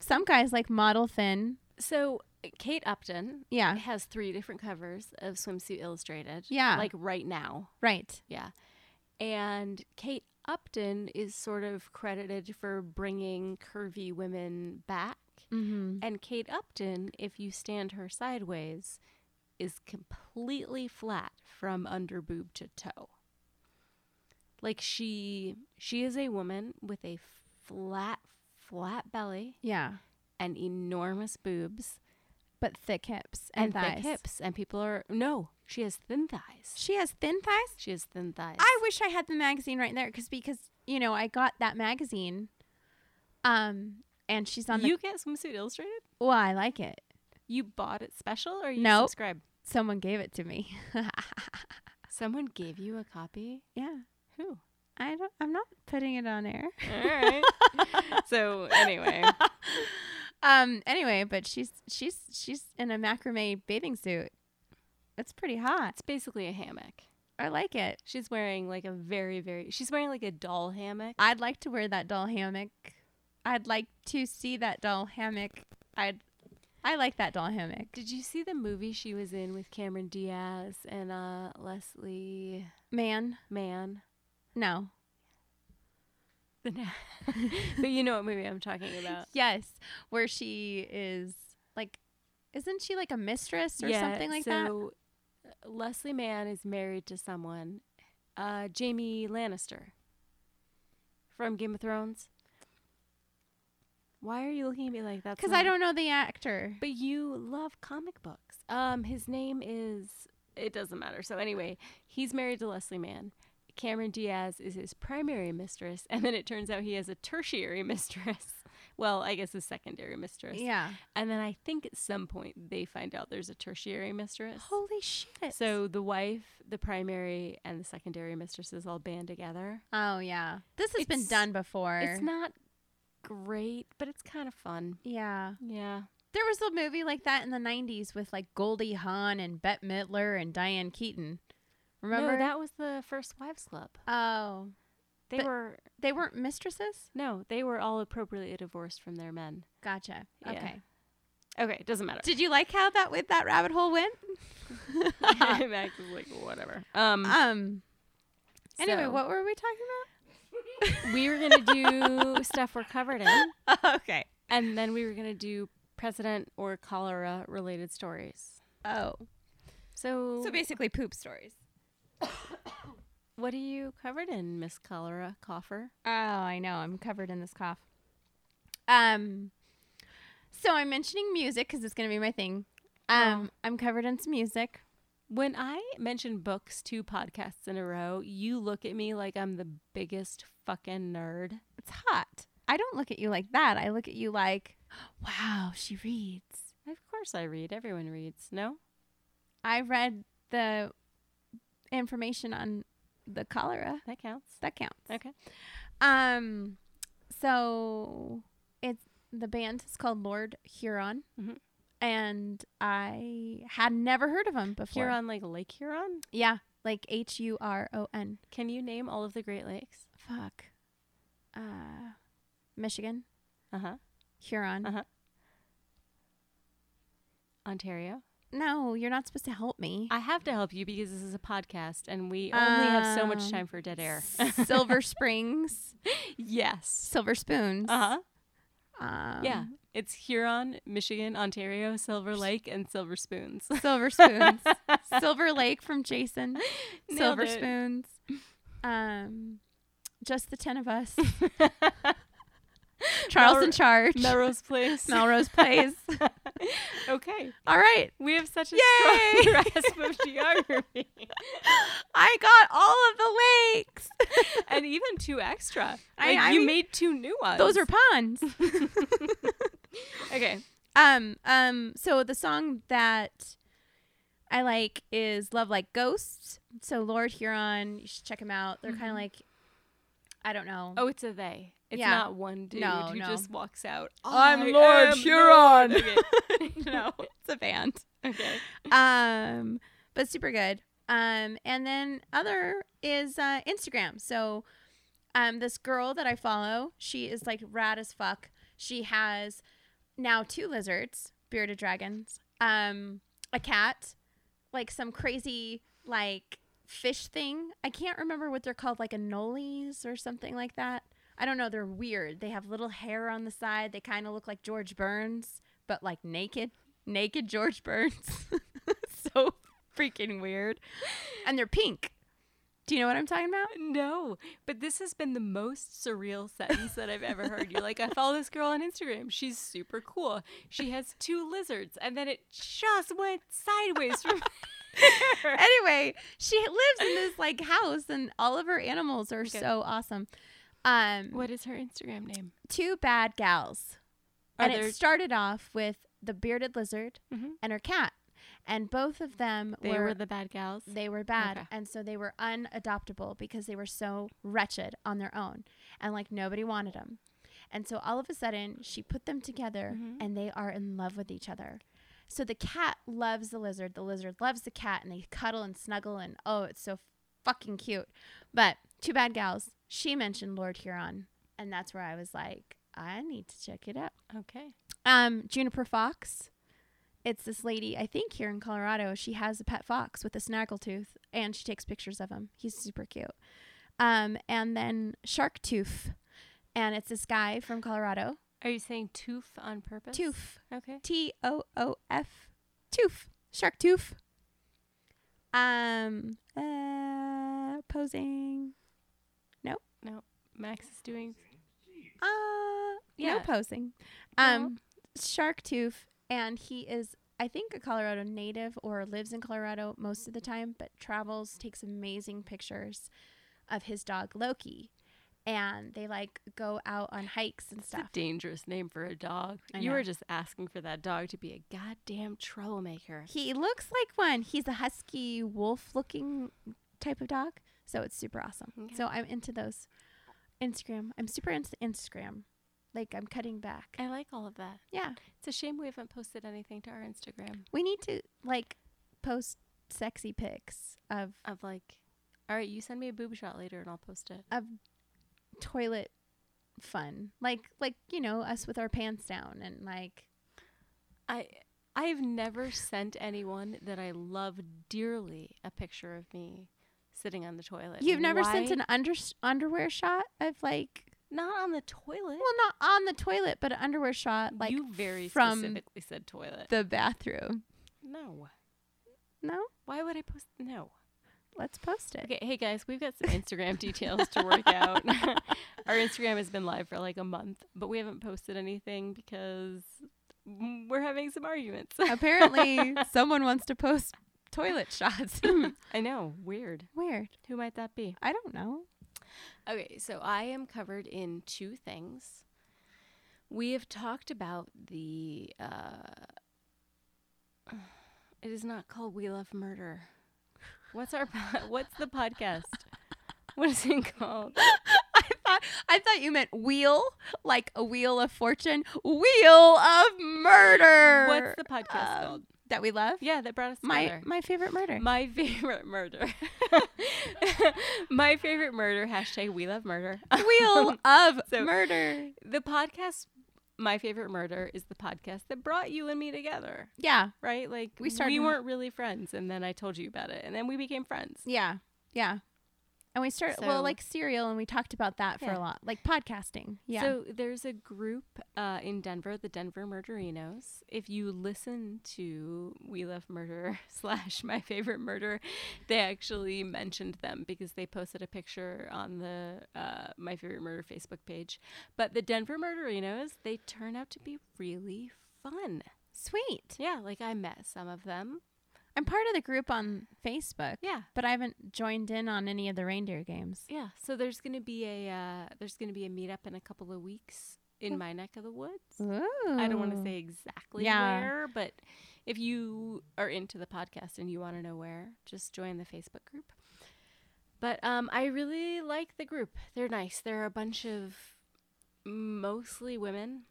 Speaker 2: Some guys like model thin.
Speaker 1: So Kate Upton,
Speaker 2: Yeah.
Speaker 1: has three different covers of Swimsuit Illustrated.
Speaker 2: Yeah.
Speaker 1: like right now.
Speaker 2: Right.
Speaker 1: Yeah. And Kate Upton is sort of credited for bringing curvy
Speaker 2: Mm-hmm.
Speaker 1: women back. And Kate Upton, if you stand her sideways, is completely flat from under boob to toe. Like she she is a woman with a flat flat belly
Speaker 2: Yeah.
Speaker 1: and enormous boobs
Speaker 2: But thick hips and,
Speaker 1: and,
Speaker 2: thighs.
Speaker 1: thick hips and people are no, she has thin thighs.
Speaker 2: She has thin thighs?
Speaker 1: She has thin thighs.
Speaker 2: I wish I had the magazine right there because because you know I got that magazine, um, and she's on the.
Speaker 1: you get swimsuit illustrated?
Speaker 2: well, I like it.
Speaker 1: You bought it special or you
Speaker 2: Nope.
Speaker 1: subscribe?
Speaker 2: Someone gave it to me.
Speaker 1: Someone gave you a copy?
Speaker 2: yeah,
Speaker 1: Who?
Speaker 2: I don't. I'm not putting it on air.
Speaker 1: All right. so anyway,
Speaker 2: Um. Anyway, but she's she's she's in a macrame bathing suit. It's pretty hot.
Speaker 1: it's basically a hammock.
Speaker 2: I like it.
Speaker 1: She's wearing like a very, very. She's wearing like a doll hammock.
Speaker 2: I'd like to wear that doll hammock. I'd like to see that doll hammock. I'd. I like that doll hammock.
Speaker 1: Did you see the movie she was in with Cameron Diaz and uh, Leslie
Speaker 2: Man,
Speaker 1: Mann?
Speaker 2: no.
Speaker 1: The na- but you know what movie I'm talking about.
Speaker 2: Yes, where she is like, isn't she like a mistress or something like that?
Speaker 1: so that. Leslie Mann is married to someone, uh, Jamie Lannister from Game of Thrones. Why are you looking at me like that?
Speaker 2: Because I don't know the actor.
Speaker 1: But you love comic books. Um, his name is. It doesn't matter. So anyway, he's married to Leslie Mann. Cameron Diaz is his primary mistress, and then it turns out he has a tertiary mistress. Well, I guess a secondary mistress.
Speaker 2: Yeah.
Speaker 1: And then I think at some point they find out there's a tertiary mistress.
Speaker 2: Holy shit.
Speaker 1: So the wife, the primary, and the secondary mistresses all band together.
Speaker 2: Oh yeah, this has been
Speaker 1: It's-
Speaker 2: done before.
Speaker 1: It's not great, but it's kind of fun.
Speaker 2: Yeah,
Speaker 1: Yeah.
Speaker 2: there was a movie like that in the '90s with like Goldie Hawn and Bette Midler and Diane Keaton. Remember
Speaker 1: No, that was the First Wives Club.
Speaker 2: Oh,
Speaker 1: They
Speaker 2: But-
Speaker 1: were
Speaker 2: they weren't mistresses.
Speaker 1: No, they were all appropriately divorced from their men.
Speaker 2: Gotcha.
Speaker 1: Yeah.
Speaker 2: Okay.
Speaker 1: Okay, doesn't matter.
Speaker 2: Did you like how that with that rabbit hole went?
Speaker 1: Max is like whatever. Um,
Speaker 2: Um. Anyway,
Speaker 1: So-
Speaker 2: what were we talking
Speaker 1: we were gonna do stuff we're covered in,
Speaker 2: about? okay.
Speaker 1: and then we were gonna do president or cholera related stories.
Speaker 2: Oh.
Speaker 1: So,
Speaker 2: So basically, poop stories.
Speaker 1: what are you covered in, Miss Cholera Coffer?
Speaker 2: Oh, I know. I'm covered in this cough. Um, so I'm mentioning music because it's going to be my thing. Um, I'm covered in some music.
Speaker 1: When I mention books two podcasts in a row, you look at me like I'm the biggest fucking nerd.
Speaker 2: It's hot. I don't look at you like that. I look at you like, wow, she reads.
Speaker 1: Of course, I read. Everyone reads. No,
Speaker 2: I read the information on the cholera.
Speaker 1: that counts.
Speaker 2: That counts.
Speaker 1: Okay.
Speaker 2: Um, so it's the band is called Lord Huron,
Speaker 1: Mhm.
Speaker 2: and I had never heard of them before.
Speaker 1: Huron, like Lake Huron.
Speaker 2: Yeah, like H U R O N.
Speaker 1: Can you name all of the Great Lakes?
Speaker 2: Fuck. Uh, Michigan,
Speaker 1: Uh huh.
Speaker 2: Huron.
Speaker 1: Uh-huh. Ontario.
Speaker 2: No, you're not supposed to help me.
Speaker 1: I have to help you because this is a podcast and we only have so much
Speaker 2: Um,
Speaker 1: time for dead air.
Speaker 2: Silver Springs,
Speaker 1: yes.
Speaker 2: Silver Spoons.
Speaker 1: Uh huh.
Speaker 2: Um,
Speaker 1: yeah. It's Huron, Michigan, Ontario, Silver Lake, and Silver Spoons.
Speaker 2: Silver Spoons, Silver Lake from Jason,
Speaker 1: Nailed
Speaker 2: Silver
Speaker 1: it.
Speaker 2: Spoons. Um, just the ten of us. Charles in
Speaker 1: Melro-
Speaker 2: charge.
Speaker 1: Melrose Place.
Speaker 2: Melrose Place.
Speaker 1: okay.
Speaker 2: All right.
Speaker 1: We have such a
Speaker 2: Yay!
Speaker 1: strong grasp of geography
Speaker 2: I got all of the lakes.
Speaker 1: and even two extra.
Speaker 2: I-
Speaker 1: Like,
Speaker 2: I
Speaker 1: you
Speaker 2: mean,
Speaker 1: made two new ones.
Speaker 2: Those are ponds.
Speaker 1: okay.
Speaker 2: Um, um, so the song that I like is Love Like Ghosts. So Lord Huron, you should check him out. They're kind of like, I don't know.
Speaker 1: Oh, it's a they. It's
Speaker 2: Yeah.
Speaker 1: not one dude
Speaker 2: No,
Speaker 1: who
Speaker 2: no.
Speaker 1: just walks out.
Speaker 2: I'm
Speaker 1: "I
Speaker 2: Lord
Speaker 1: am
Speaker 2: Huron."
Speaker 1: Lord." Okay.
Speaker 2: no, it's a band.
Speaker 1: Okay.
Speaker 2: Um, but super good. Um, and then other is uh, Instagram. So, um, this girl that I follow, she is like rad as fuck. She has now two lizards, bearded dragons, um, a cat, like some crazy like fish thing. I can't remember what they're called, like anoles or something like that. I don't know. They're weird. They have little hair on the side. They kind of look like George Burns, but like naked, naked George Burns. so freaking weird. And they're pink. Do you know what I'm talking about?
Speaker 1: No, but this has been the most surreal sentence that I've ever heard. You're like, I follow this girl on Instagram. She's super cool. She has two lizards, and then it just went sideways from
Speaker 2: anyway, she lives in this like house and all of her animals are so awesome. Um
Speaker 1: What is her Instagram name?
Speaker 2: two bad gals.
Speaker 1: Are
Speaker 2: and
Speaker 1: there-
Speaker 2: it started off with the bearded lizard and her cat. And both of them
Speaker 1: Mm-hmm. They were,
Speaker 2: were,
Speaker 1: the bad gals.
Speaker 2: they were bad.
Speaker 1: Okay.
Speaker 2: And so they were unadoptable because they were so wretched on their own. And like nobody wanted them. And so all of a sudden, she put them together
Speaker 1: Mm-hmm.
Speaker 2: and they are in love with each other. So the cat loves the lizard. The lizard loves the cat and they cuddle and snuggle. And oh, it's so fucking cute. But two bad gals, she mentioned Lord Huron. And that's where I was like, I need to check it out.
Speaker 1: okay.
Speaker 2: Um, Juniper Fox. It's this lady, I think here in Colorado. She has a pet fox with a snaggletooth, and she takes pictures of him. He's super cute. Um, and then Shark Tooth, and it's this guy from Colorado.
Speaker 1: Are you saying tooth on purpose?
Speaker 2: Tooth,
Speaker 1: Okay.
Speaker 2: T O O F, Tooth, Shark Tooth. Um, uh, posing.
Speaker 1: No, Max is doing.
Speaker 2: Uh,
Speaker 1: Yeah.
Speaker 2: no posing. Um, shark tooth, and he is, I think, a Colorado native or lives in Colorado most of the time, but travels, takes amazing pictures of his dog Loki, and they like go out on hikes and
Speaker 1: It's a
Speaker 2: stuff.
Speaker 1: dangerous name for a dog.
Speaker 2: I
Speaker 1: you
Speaker 2: know.
Speaker 1: were just asking for that dog to be a goddamn troublemaker.
Speaker 2: He looks like one. He's a husky wolf-looking type of dog, so it's super awesome. So I'm into those. Instagram. I'm super into Instagram. Like I'm cutting back.
Speaker 1: I like all of that.
Speaker 2: Yeah.
Speaker 1: It's a shame we haven't posted anything to our Instagram
Speaker 2: We need to like post sexy pics of
Speaker 1: of like, all right, you send me a boob shot later and I'll post it.
Speaker 2: of toilet fun. Like like, you know, us with our pants down and like
Speaker 1: I I've never sent anyone that I love dearly a picture of me sitting on the toilet.
Speaker 2: You've never sent
Speaker 1: Why-
Speaker 2: an under underwear shot of like
Speaker 1: not on the toilet.
Speaker 2: well not on the toilet but an underwear shot like
Speaker 1: you very
Speaker 2: from
Speaker 1: specifically said toilet.
Speaker 2: the bathroom.
Speaker 1: no.
Speaker 2: No?
Speaker 1: Why would I post no?
Speaker 2: Let's post it.
Speaker 1: Okay, hey guys, we've got some Instagram details to work out. Our Instagram has been live for like a month, but we haven't posted anything because mm, we're having some arguments.
Speaker 2: Apparently someone wants to post toilet shots.
Speaker 1: I know, weird.
Speaker 2: Weird.
Speaker 1: Who might that be?
Speaker 2: I don't know.
Speaker 1: Okay, so I am covered in two things. We have talked about the. Uh, it is not called We Love Murder. What's our po- what's the podcast? What is it called?
Speaker 2: I thought I thought you meant wheel, like a wheel of fortune, wheel of murder.
Speaker 1: What's the podcast
Speaker 2: um,
Speaker 1: called?
Speaker 2: that we love?
Speaker 1: Yeah, that brought us
Speaker 2: my
Speaker 1: together.
Speaker 2: my favorite murder.
Speaker 1: My favorite murder. my favorite murder. Hashtag We Love Murder.
Speaker 2: wheel of
Speaker 1: So-
Speaker 2: murder.
Speaker 1: the podcast. My favorite murder is the podcast that brought you and me together.
Speaker 2: Yeah,
Speaker 1: right? Like
Speaker 2: We started
Speaker 1: We
Speaker 2: ho-
Speaker 1: weren't really friends, and then I told you about it, and then we became friends.
Speaker 2: yeah, yeah. And we started
Speaker 1: So-
Speaker 2: well, like serial, and we talked about that for
Speaker 1: Yeah.
Speaker 2: a lot, like podcasting. Yeah,
Speaker 1: So there's a group uh, in Denver, the Denver Murderinos. If you listen to We Love Murder slash My Favorite Murder, they actually mentioned them because they posted a picture on the uh, My Favorite Murder Facebook page. But the Denver Murderinos, they turn out to be really fun.
Speaker 2: sweet.
Speaker 1: Yeah, like I met some of them.
Speaker 2: I'm part of the group on Facebook.
Speaker 1: Yeah.
Speaker 2: but I haven't joined in on any of the reindeer games.
Speaker 1: Yeah, so there's gonna be a uh, there's gonna be a meetup in a couple of weeks in my neck of the woods.
Speaker 2: Ooh.
Speaker 1: I don't want to say exactly
Speaker 2: Yeah.
Speaker 1: where, but if you are into the podcast and you want to know where, just join the Facebook group. But um, I really like the group. They're nice. They're a bunch of mostly women.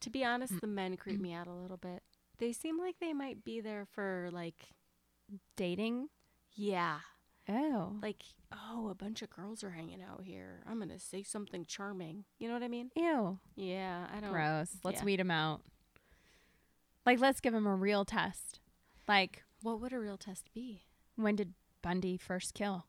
Speaker 1: To be honest, the men creep me out a little bit. They seem like they might be there for like,
Speaker 2: dating.
Speaker 1: yeah,
Speaker 2: Oh,
Speaker 1: like, oh, a bunch of girls are hanging out here. I'm going to say something charming. You know what I mean?
Speaker 2: ew.
Speaker 1: Yeah, I don't.
Speaker 2: Gross. Let's
Speaker 1: yeah.
Speaker 2: weed him out. Like, let's give him a real test. Like,
Speaker 1: What would a real test be?
Speaker 2: when did Bundy first kill?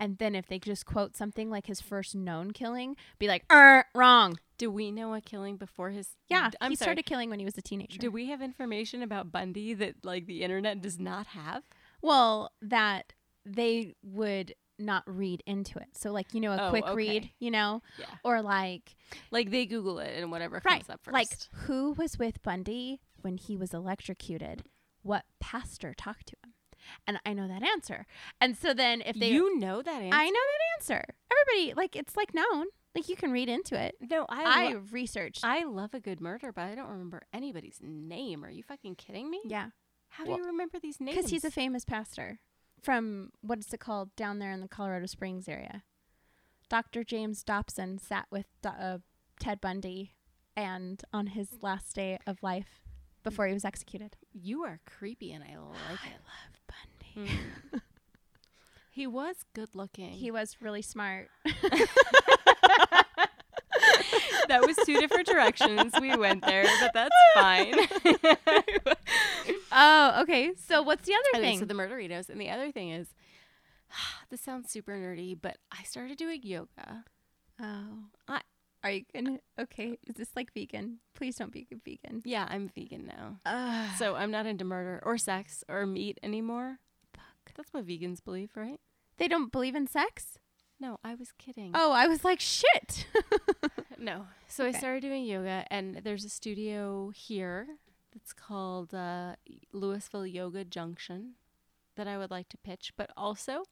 Speaker 2: And then if they just quote something like his first known killing, be like, er, wrong.
Speaker 1: Do we know a killing before his?
Speaker 2: Yeah,
Speaker 1: I'm
Speaker 2: he
Speaker 1: sorry.
Speaker 2: started killing when he was a teenager.
Speaker 1: Do we have information about Bundy that like the internet does not have?
Speaker 2: Well, that they would not read into it. So like you know a
Speaker 1: Oh,
Speaker 2: quick
Speaker 1: okay.
Speaker 2: read, you know,
Speaker 1: Yeah.
Speaker 2: or like
Speaker 1: Like they Google it and whatever comes up first.
Speaker 2: like who was with Bundy when he was electrocuted? What pastor talked to him? And I know that answer. And so then if they
Speaker 1: you know that answer.
Speaker 2: I know that answer. Everybody like it's like known. Like you can read into it.
Speaker 1: No, I
Speaker 2: I,
Speaker 1: lo-
Speaker 2: researched.
Speaker 1: I love a good murder, but I don't remember anybody's name. Are you fucking kidding me?
Speaker 2: yeah.
Speaker 1: How do you remember these names?
Speaker 2: Cuz he's a famous pastor from what is it called down there in the Colorado Springs area. Dr. James Dobson sat with Do- uh, Ted Bundy and on his last day of life before he was executed.
Speaker 1: you are creepy, and I like it.
Speaker 2: love Bundy.
Speaker 1: Hmm. He was good looking.
Speaker 2: He was really smart.
Speaker 1: that was two different directions we went there, but that's fine.
Speaker 2: oh, okay. So what's the other
Speaker 1: Okay,
Speaker 2: thing?
Speaker 1: so the murderitos, and the other thing is, this sounds super nerdy, but I started doing yoga.
Speaker 2: oh,
Speaker 1: I
Speaker 2: are you gonna? Okay, is this like vegan? Please don't be vegan.
Speaker 1: yeah, I'm vegan now,
Speaker 2: Uh,
Speaker 1: so I'm not into murder or sex or meat anymore. Fuck, that's what vegans believe, right?
Speaker 2: they don't believe in sex.
Speaker 1: No, I was kidding.
Speaker 2: Oh, I was like, shit.
Speaker 1: Uh, No. So
Speaker 2: Okay.
Speaker 1: I started doing yoga, and there's a studio here that's called uh, Louisville Yoga Junction that I would like to pitch. But also,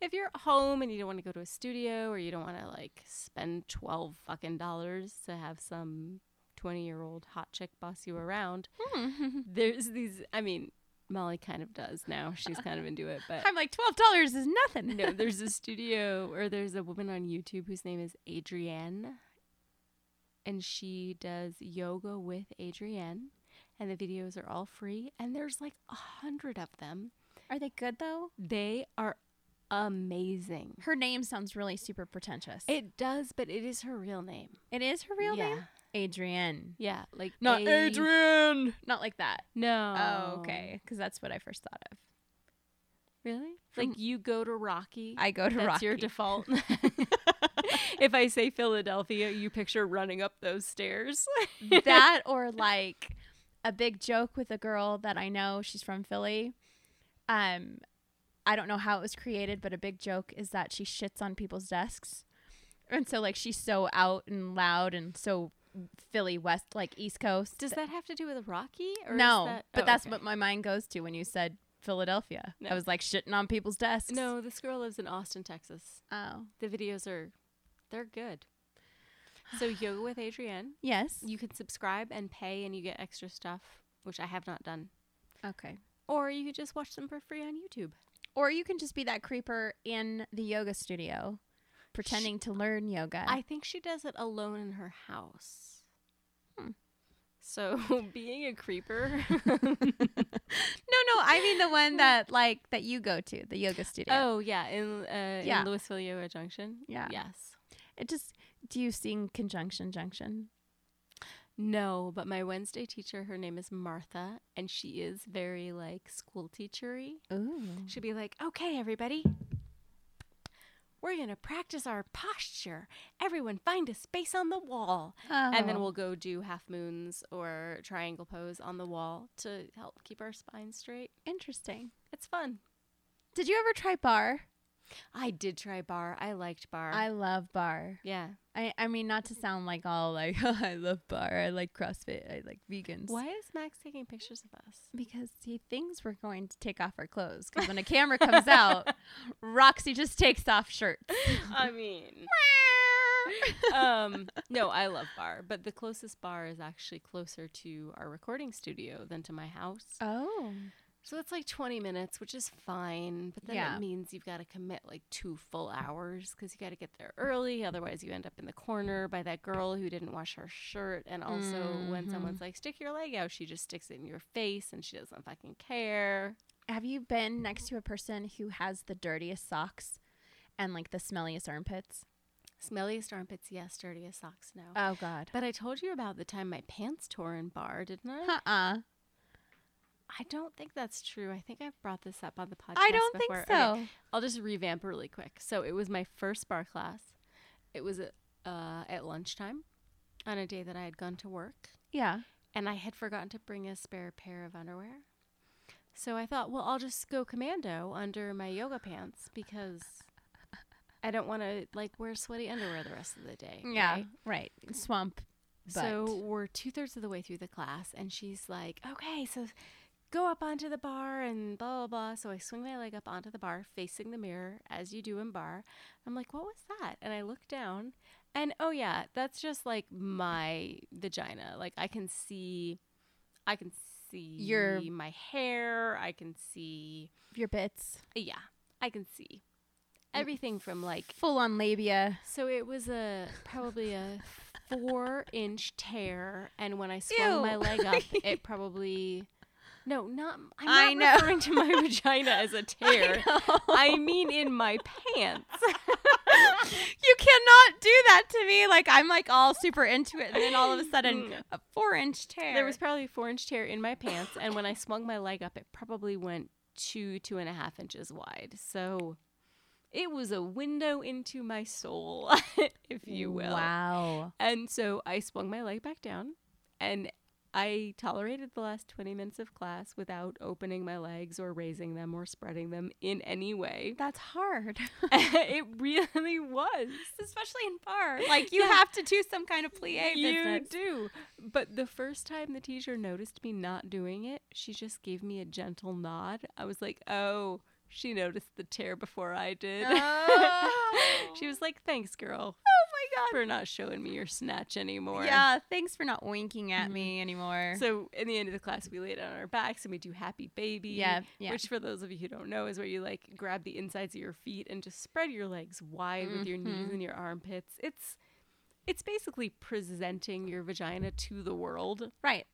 Speaker 1: if you're at home and you don't want to go to a studio or you don't want to like spend 12 fucking dollars to have some 20 year old hot chick boss you around, there's these, I mean, Molly kind of does now. She's kind of into it, but
Speaker 2: I'm like, twelve dollars is nothing.
Speaker 1: no, there's a studio or there's a woman on YouTube whose name is Adrienne. And she does yoga with Adrienne. And the videos are all free. And there's like a hundred of them.
Speaker 2: Are they good though?
Speaker 1: They are amazing.
Speaker 2: Her name sounds really super pretentious.
Speaker 1: It does, but it is her real name.
Speaker 2: it is her real
Speaker 1: Yeah.
Speaker 2: name, Adrienne.
Speaker 1: Yeah. Like
Speaker 2: Not
Speaker 1: A-
Speaker 2: Adrienne. Not like that.
Speaker 1: No.
Speaker 2: Oh, okay. Because that's what I first thought of.
Speaker 1: Really? Like you go to Rocky.
Speaker 2: I go to
Speaker 1: That's your
Speaker 2: Rocky.
Speaker 1: default. if I say Philadelphia, you picture running up those stairs.
Speaker 2: that or like a big joke with a girl that I know. She's from Philly. Um, I don't know how it was created, but a big joke is that she shits on people's desks, and so like she's so out and loud and so Philly West, like East Coast.
Speaker 1: Does that have to do with Rocky? Or is
Speaker 2: no,
Speaker 1: that-
Speaker 2: but
Speaker 1: oh,
Speaker 2: that's
Speaker 1: okay.
Speaker 2: what my mind goes to when you said Philadelphia. I
Speaker 1: No.
Speaker 2: was like shitting on people's desks.
Speaker 1: No, this girl lives in Austin, Texas.
Speaker 2: Oh.
Speaker 1: The videos are, they're good. So yoga with Adrienne,
Speaker 2: Yes.
Speaker 1: you can subscribe and pay, and you get extra stuff, which I have not done.
Speaker 2: okay.
Speaker 1: Or you could just watch them for free on YouTube.
Speaker 2: Or you can just be that creeper in the yoga studio, pretending to learn yoga.
Speaker 1: I think she does it alone in her house.
Speaker 2: Hmm.
Speaker 1: So being a creeper.
Speaker 2: No, no, I mean the one that like that you go to, the yoga studio.
Speaker 1: Oh yeah, in uh,
Speaker 2: Yeah.
Speaker 1: in Louisville Yoga Junction.
Speaker 2: Yeah.
Speaker 1: Yes.
Speaker 2: It just do you sing conjunction junction?
Speaker 1: No, but my Wednesday teacher, her name is Martha, and she is very like school teachery.
Speaker 2: Ooh.
Speaker 1: She'd be like, okay, everybody, we're going to practice our posture. Everyone find a space on the wall. And then
Speaker 2: Oh.
Speaker 1: we'll go do half moons or triangle pose on the wall to help keep our spine straight.
Speaker 2: Interesting.
Speaker 1: It's fun.
Speaker 2: Did you ever try bar?
Speaker 1: I did try bar. I liked bar.
Speaker 2: I love bar.
Speaker 1: yeah.
Speaker 2: I, I mean not to sound like all like I love bar, I like CrossFit, I like vegans.
Speaker 1: Why is Max taking pictures of us?
Speaker 2: Because he thinks we're going to take off our clothes. Because when a camera comes out, Roxy just takes off shirts.
Speaker 1: I mean, um, no, I love bar, but the closest bar is actually closer to our recording studio than to my house.
Speaker 2: oh.
Speaker 1: So it's like 20 minutes, which is fine, but then
Speaker 2: Yeah.
Speaker 1: it means you've got to commit like two full hours because you got to get there early. Otherwise, you end up in the corner by that girl who didn't wash her shirt. And also, when someone's like, stick your leg out, she just sticks it in your face and she doesn't fucking care.
Speaker 2: Have you been next to a person who has the dirtiest socks and like the smelliest armpits?
Speaker 1: Smelliest armpits, yes. Dirtiest socks, no.
Speaker 2: Oh God.
Speaker 1: Uh, but I told you about the time my pants tore in bar, didn't I?
Speaker 2: Uh uh
Speaker 1: I don't think that's true. I think I've brought this up on the podcast.
Speaker 2: I don't think
Speaker 1: before.
Speaker 2: so.
Speaker 1: I'll just revamp really quick. So it was my first bar class. It was uh, at lunchtime, on a day that I had gone to work
Speaker 2: Yeah.
Speaker 1: and I had forgotten to bring a spare pair of underwear. So I thought, well, I'll just go commando under my yoga pants because I don't want to like wear sweaty underwear the rest of the day.
Speaker 2: Yeah.
Speaker 1: right?
Speaker 2: Right. Swamp. But.
Speaker 1: So we're two thirds of the way through the class, and she's like, okay, so go up onto the bar and blah, blah, blah. So I swing my leg up onto the bar, facing the mirror, as you do in bar. I'm like, what was that? And I look down, and oh, yeah, that's just like my vagina. Like I can see, I can see
Speaker 2: Your-
Speaker 1: my hair. I can see,
Speaker 2: your bits.
Speaker 1: yeah, I can see everything from like
Speaker 2: Full on labia.
Speaker 1: so it was a probably a four inch tear, and when I swung my
Speaker 2: Ew.
Speaker 1: leg up, it probably no, not I'm not
Speaker 2: I know.
Speaker 1: referring to my vagina as a tear. I, mean in my pants.
Speaker 2: You cannot do that to me. Like I'm like all super into it, and then all of a sudden, a four inch tear.
Speaker 1: There was probably a four inch tear in my pants, and when I swung my leg up, it probably went two two and a half inches wide. So. It was a window into my soul, if you will.
Speaker 2: Wow.
Speaker 1: And so I swung my leg back down and I tolerated the last 20 minutes of class without opening my legs or raising them or spreading them in any way.
Speaker 2: That's hard.
Speaker 1: it really was.
Speaker 2: Especially in bar. Like you
Speaker 1: Yeah.
Speaker 2: have to do some kind of plie
Speaker 1: You
Speaker 2: business.
Speaker 1: do. But the first time the teacher noticed me not doing it, she just gave me a gentle nod. I was like, oh, she noticed the tear before I did. she was like, thanks, girl,
Speaker 2: Oh my god.
Speaker 1: for not showing me your snatch anymore.
Speaker 2: Yeah, thanks for not winking at me anymore.
Speaker 1: So in the end of the class, we lay down on our backs and we do happy baby.
Speaker 2: Yeah, yeah.
Speaker 1: Which for those of you who don't know is where you like grab the insides of your feet and just spread your legs wide with your knees and your armpits. It's it's basically presenting your vagina to the world.
Speaker 2: right.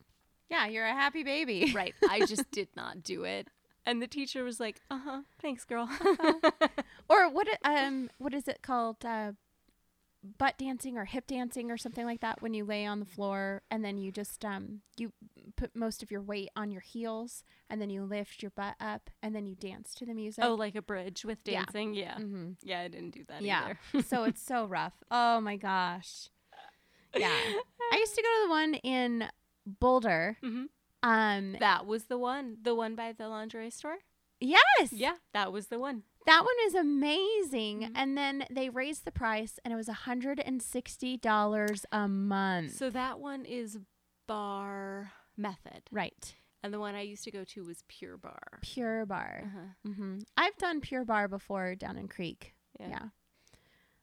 Speaker 2: Yeah, you're a happy baby.
Speaker 1: Right. I just did not do it. Uh-huh. And the teacher was like, "Uh huh, thanks, girl."
Speaker 2: Or what i- um what is it called? Uh butt dancing or hip dancing or something like that when you lay on the floor and then you just um you put most of your weight on your heels and then you lift your butt up and then you dance to the music.
Speaker 1: oh, like a bridge with
Speaker 2: Yeah.
Speaker 1: dancing. Yeah. Mm-hmm. Yeah, I didn't do that
Speaker 2: yeah.
Speaker 1: either.
Speaker 2: so it's so rough. Oh my gosh. Yeah. I used to go to the one in Boulder.
Speaker 1: Mhm.
Speaker 2: Um
Speaker 1: That was the one, the one by the lingerie store.
Speaker 2: yes.
Speaker 1: Yeah, that was the one.
Speaker 2: That one is amazing. And then they raised the price and it was $160 a month.
Speaker 1: So that one is bar method.
Speaker 2: right.
Speaker 1: And the one I used to go to was pure bar.
Speaker 2: Pure bar. hmm I've done pure bar before down in Creek. Yeah.
Speaker 1: Yeah.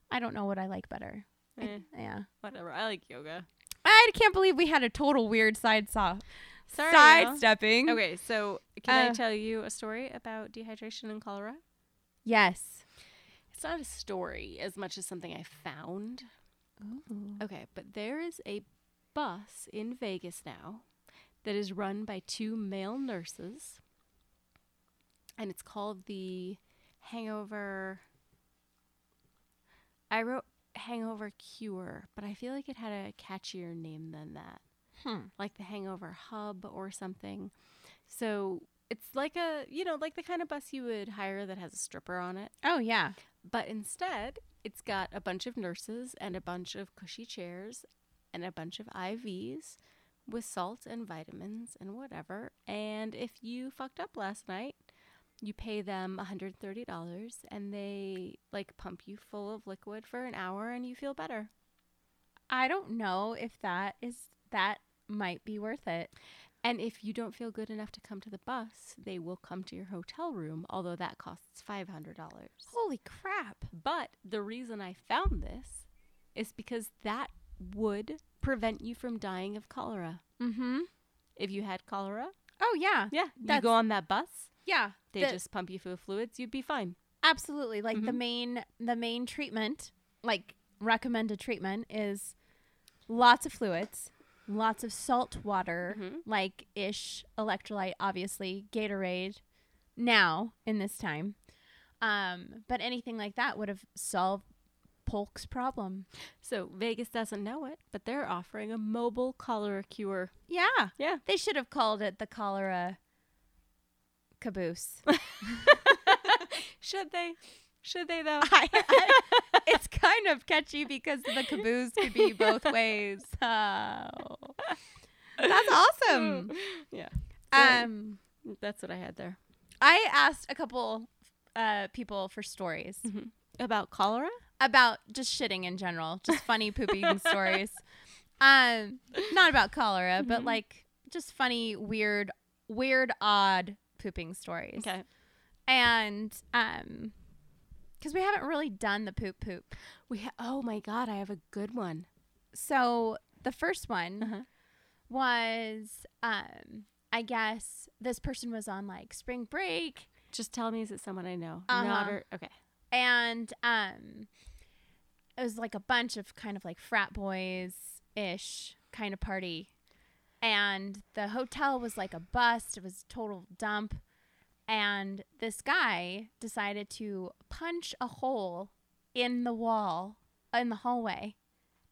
Speaker 2: I don't know what I like better. I-
Speaker 1: Eh.
Speaker 2: yeah.
Speaker 1: Whatever. I like yoga.
Speaker 2: I can't believe we had a total weird side saw.
Speaker 1: Sorry. y'all.
Speaker 2: Sidestepping.
Speaker 1: Okay, so can
Speaker 2: Uh,
Speaker 1: I tell you a story about dehydration in cholera?
Speaker 2: Yes.
Speaker 1: It's not a story as much as something I found. Okay, but there is a bus in Vegas now that is run by two male nurses, and it's called the Hangover. I wrote Hangover Cure, but I feel like it had a catchier name than that,
Speaker 2: Hmm.
Speaker 1: like the Hangover Hub or something. So it's like a, you know, like the kind of bus you would hire that has a stripper on it.
Speaker 2: Oh, yeah.
Speaker 1: But instead, it's got a bunch of nurses and a bunch of cushy chairs and a bunch of IVs with salt and vitamins and whatever. And if you fucked up last night, you pay them $130 and they like pump you full of liquid for an hour and you feel better.
Speaker 2: I don't know if that is, that might be worth it.
Speaker 1: And if you don't feel good enough to come to the bus, they will come to your hotel room, although that costs $500.
Speaker 2: Holy crap.
Speaker 1: But the reason I found this is because that would prevent you from dying of cholera.
Speaker 2: Mm hmm.
Speaker 1: If you had cholera,
Speaker 2: Oh, yeah.
Speaker 1: yeah, you
Speaker 2: That's-
Speaker 1: go on that bus,
Speaker 2: Yeah.
Speaker 1: they
Speaker 2: The-
Speaker 1: just pump you full of fluids, you'd be fine.
Speaker 2: absolutely like the main the main treatment like recommended treatment is lots of fluids lots of salt water like ish electrolyte obviously gatorade now in this time um but anything like that would have solved polk's problem
Speaker 1: So Vegas doesn't know it, but they're offering a mobile cholera cure.
Speaker 2: yeah
Speaker 1: Yeah.
Speaker 2: they should have called it the cholera caboose
Speaker 1: Should they? Should they though?
Speaker 2: I- I- it's kind of catchy because the caboose could be both ways. So that's awesome.
Speaker 1: yeah.
Speaker 2: Um,
Speaker 1: That's what I had there.
Speaker 2: I asked a couple uh, people for stories
Speaker 1: About cholera?
Speaker 2: about just shitting in general, just funny pooping stories. Um, not about cholera, but like just funny, weird, weird, odd pooping stories.
Speaker 1: Okay.
Speaker 2: and um, because we haven't really done the poop poop.
Speaker 1: We ha- oh my god, I have a good one.
Speaker 2: so the first one was um i guess this person was on like spring break
Speaker 1: Just tell me is it someone I know? Not
Speaker 2: Uh-huh.
Speaker 1: or, okay.
Speaker 2: and um it was like a bunch of kind of like frat boys ish kind of party and the hotel was like a bust it was a total dump and this guy decided to punch a hole in the wall in the hallway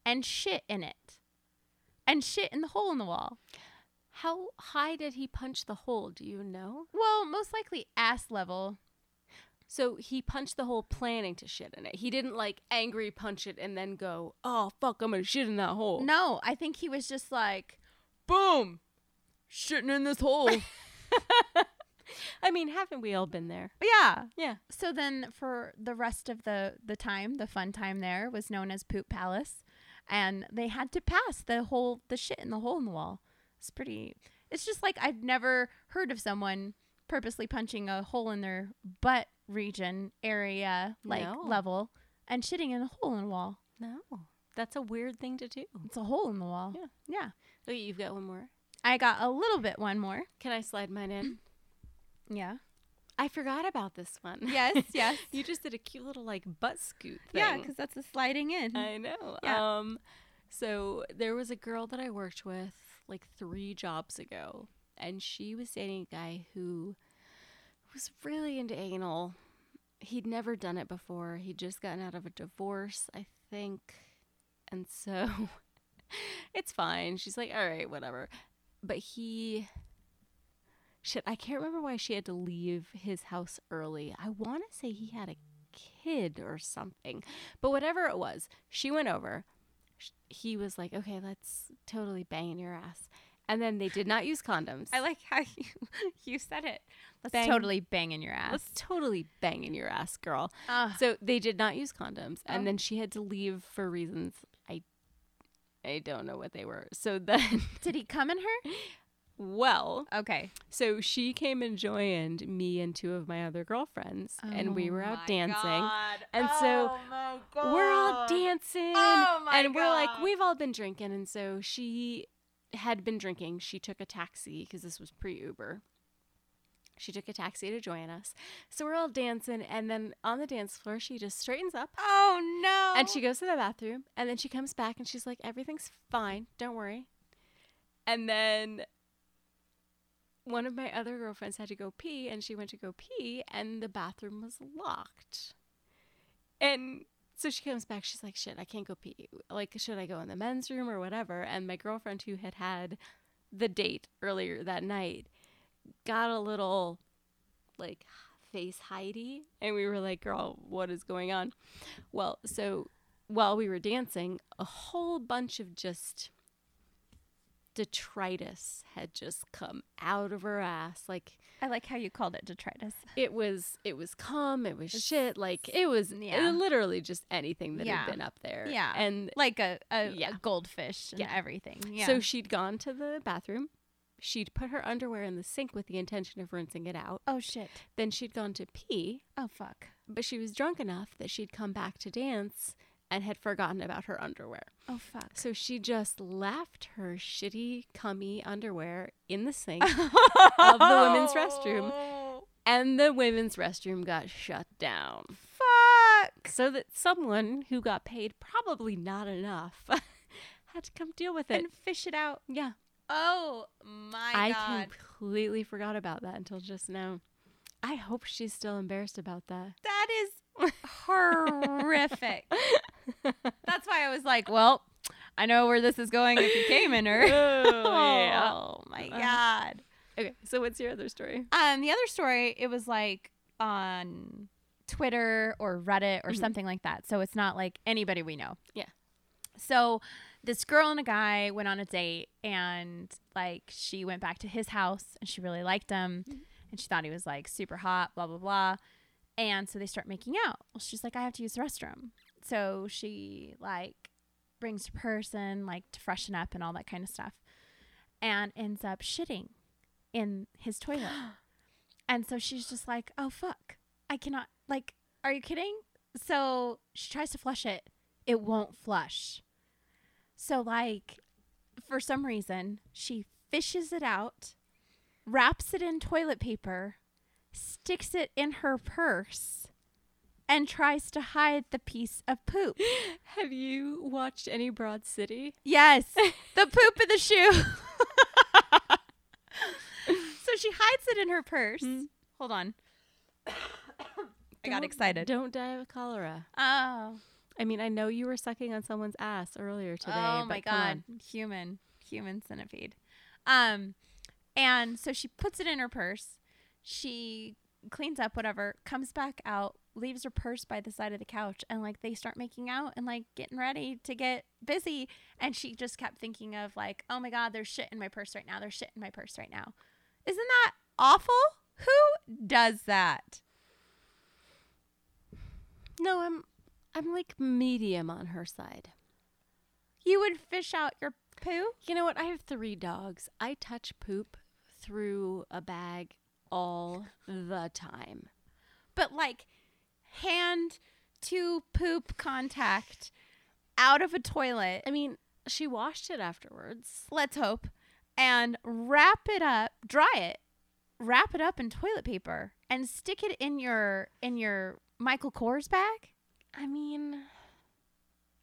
Speaker 2: and shit in it and shit in the hole in the wall
Speaker 1: How high did he punch the hole? Do you know?
Speaker 2: well most likely ass level
Speaker 1: So he punched the hole planning to shit in it. He didn't like angry punch it and then go, oh fuck, I'm gonna shit in that hole.
Speaker 2: No, I think he was just like, boom, shitting in this hole.
Speaker 1: I mean, haven't we all been there?
Speaker 2: yeah.
Speaker 1: Yeah.
Speaker 2: So then, for the rest of the the time, the fun time there was known as Poop Palace, and they had to pass the whole the shit in the hole in the wall. It's pretty. It's just like I've never heard of someone purposely punching a hole in their butt region area like
Speaker 1: No.
Speaker 2: level and shitting in a hole in the wall.
Speaker 1: No. That's a weird thing to do.
Speaker 2: It's a hole in the wall.
Speaker 1: Yeah.
Speaker 2: Yeah.
Speaker 1: Oh, you've got one more.
Speaker 2: I got a little bit one more.
Speaker 1: Can I slide mine in?
Speaker 2: Yeah.
Speaker 1: I forgot about this one.
Speaker 2: Yes, yes.
Speaker 1: you just did a cute little like butt scoot thing.
Speaker 2: Yeah, because that's the sliding in.
Speaker 1: I know.
Speaker 2: Yeah.
Speaker 1: Um, so there was a girl that I worked with like three jobs ago, and she was dating a guy who was really into anal. He'd never done it before. He'd just gotten out of a divorce, I think. And so it's fine. She's like, all right, whatever. But he. Shit, I can't remember why she had to leave his house early. I want to say he had a kid or something. But whatever it was, she went over. Sh- He was like, okay, let's totally bang in your ass. And then they did not use condoms.
Speaker 2: I like how you you said it. Let's
Speaker 1: Bang.
Speaker 2: totally bang in your ass.
Speaker 1: Let's totally bang in your ass, girl.
Speaker 2: Ugh. Oh.
Speaker 1: So they did not use condoms, and then she had to leave for reasons I, I don't know what they were. So then,
Speaker 2: Did he come in her?
Speaker 1: well,
Speaker 2: Okay.
Speaker 1: so she came and joined me and two of my other girlfriends, and we were
Speaker 2: Oh
Speaker 1: out dancing. And so we're all dancing,
Speaker 2: Oh my
Speaker 1: and we're like,
Speaker 2: God.
Speaker 1: we've all been drinking, and so she had been drinking. She took a taxi because this was pre Uber. She took a taxi to join us. So we're all dancing, and then on the dance floor, she just straightens up
Speaker 2: Oh no.
Speaker 1: and she goes to the bathroom, and then she comes back and she's like, everything's fine. Don't worry. And then one of my other girlfriends had to go pee, and she went to go pee, and the bathroom was locked. And so she comes back. She's like, shit, I can't go pee. Like, should I go in the men's room or whatever? And my girlfriend, who had had the date earlier that night, got a little like face hidey. And we were like, girl, what is going on? Well, so while we were dancing, a whole bunch of just detritus had just come out of her ass. Like
Speaker 2: I like how you called it detritus.
Speaker 1: it was, it was cum, it was shit. Like it was
Speaker 2: yeah.
Speaker 1: literally just anything that
Speaker 2: Yeah.
Speaker 1: had been up there.
Speaker 2: Yeah.
Speaker 1: and
Speaker 2: Like a, a,
Speaker 1: Yeah.
Speaker 2: a goldfish and
Speaker 1: Yeah.
Speaker 2: everything. Yeah.
Speaker 1: so she'd gone to the bathroom. She'd put her underwear in the sink with the intention of rinsing it out.
Speaker 2: oh shit.
Speaker 1: Then she'd gone to pee,
Speaker 2: Oh fuck.
Speaker 1: but she was drunk enough that she'd come back to dance and had forgotten about her underwear.
Speaker 2: Oh fuck.
Speaker 1: So she just left her shitty, cummy underwear in the sink of the women's restroom, and the women's restroom got shut down.
Speaker 2: Fuck.
Speaker 1: So that someone who got paid probably not enough had to come deal with it.
Speaker 2: And fish it out.
Speaker 1: yeah,
Speaker 2: Oh my
Speaker 1: I
Speaker 2: god.
Speaker 1: completely forgot about that until just now. I hope she's still embarrassed about that.
Speaker 2: That is horrific. That's why I was like, well, I know where this is going if you came in her. Oh,
Speaker 1: yeah.
Speaker 2: my god.
Speaker 1: Okay, so what's your other story?
Speaker 2: Um, the other story, it was like on Twitter or Reddit or something like that. So it's not like anybody we know.
Speaker 1: Yeah.
Speaker 2: So this girl and a guy went on a date and like she went back to his house and she really liked him and she thought he was like super hot, blah blah blah. And so they start making out. Well, she's like I have to use the restroom. So she like brings her person like to freshen up and all that kind of stuff and ends up shitting in his toilet. and so she's just like, "Oh fuck. I cannot like are you kidding?" So she tries to flush it. It won't flush. So like for some reason, she fishes it out, wraps it in toilet paper, sticks it in her purse, and tries to hide the piece of poop.
Speaker 1: Have you watched any Broad City?
Speaker 2: Yes, the poop in the shoe. so she hides it in her purse. Hold on. I got
Speaker 1: Don't-
Speaker 2: excited.
Speaker 1: Don't die of cholera.
Speaker 2: Oh,
Speaker 1: I mean, I know you were sucking on someone's ass earlier today.
Speaker 2: oh
Speaker 1: but
Speaker 2: my
Speaker 1: come
Speaker 2: god,
Speaker 1: on.
Speaker 2: human, human centipede. Um, and so she puts it in her purse. She cleans up whatever, comes back out, leaves her purse by the side of the couch, and like they start making out and like getting ready to get busy. And she just kept thinking of like, oh my god, there's shit in my purse right now. There's shit in my purse right now. Isn't that awful? Who does that?
Speaker 1: No, I'm I'm like medium on her side.
Speaker 2: You would fish out your poo?
Speaker 1: You know what? I have three dogs. I touch poop through a bag all the time.
Speaker 2: but like hand to poop contact out of a toilet.
Speaker 1: I mean, she washed it afterwards.
Speaker 2: Let's hope. And wrap it up, dry it, wrap it up in toilet paper, and stick it in your in your Michael Kors bag.
Speaker 1: I mean,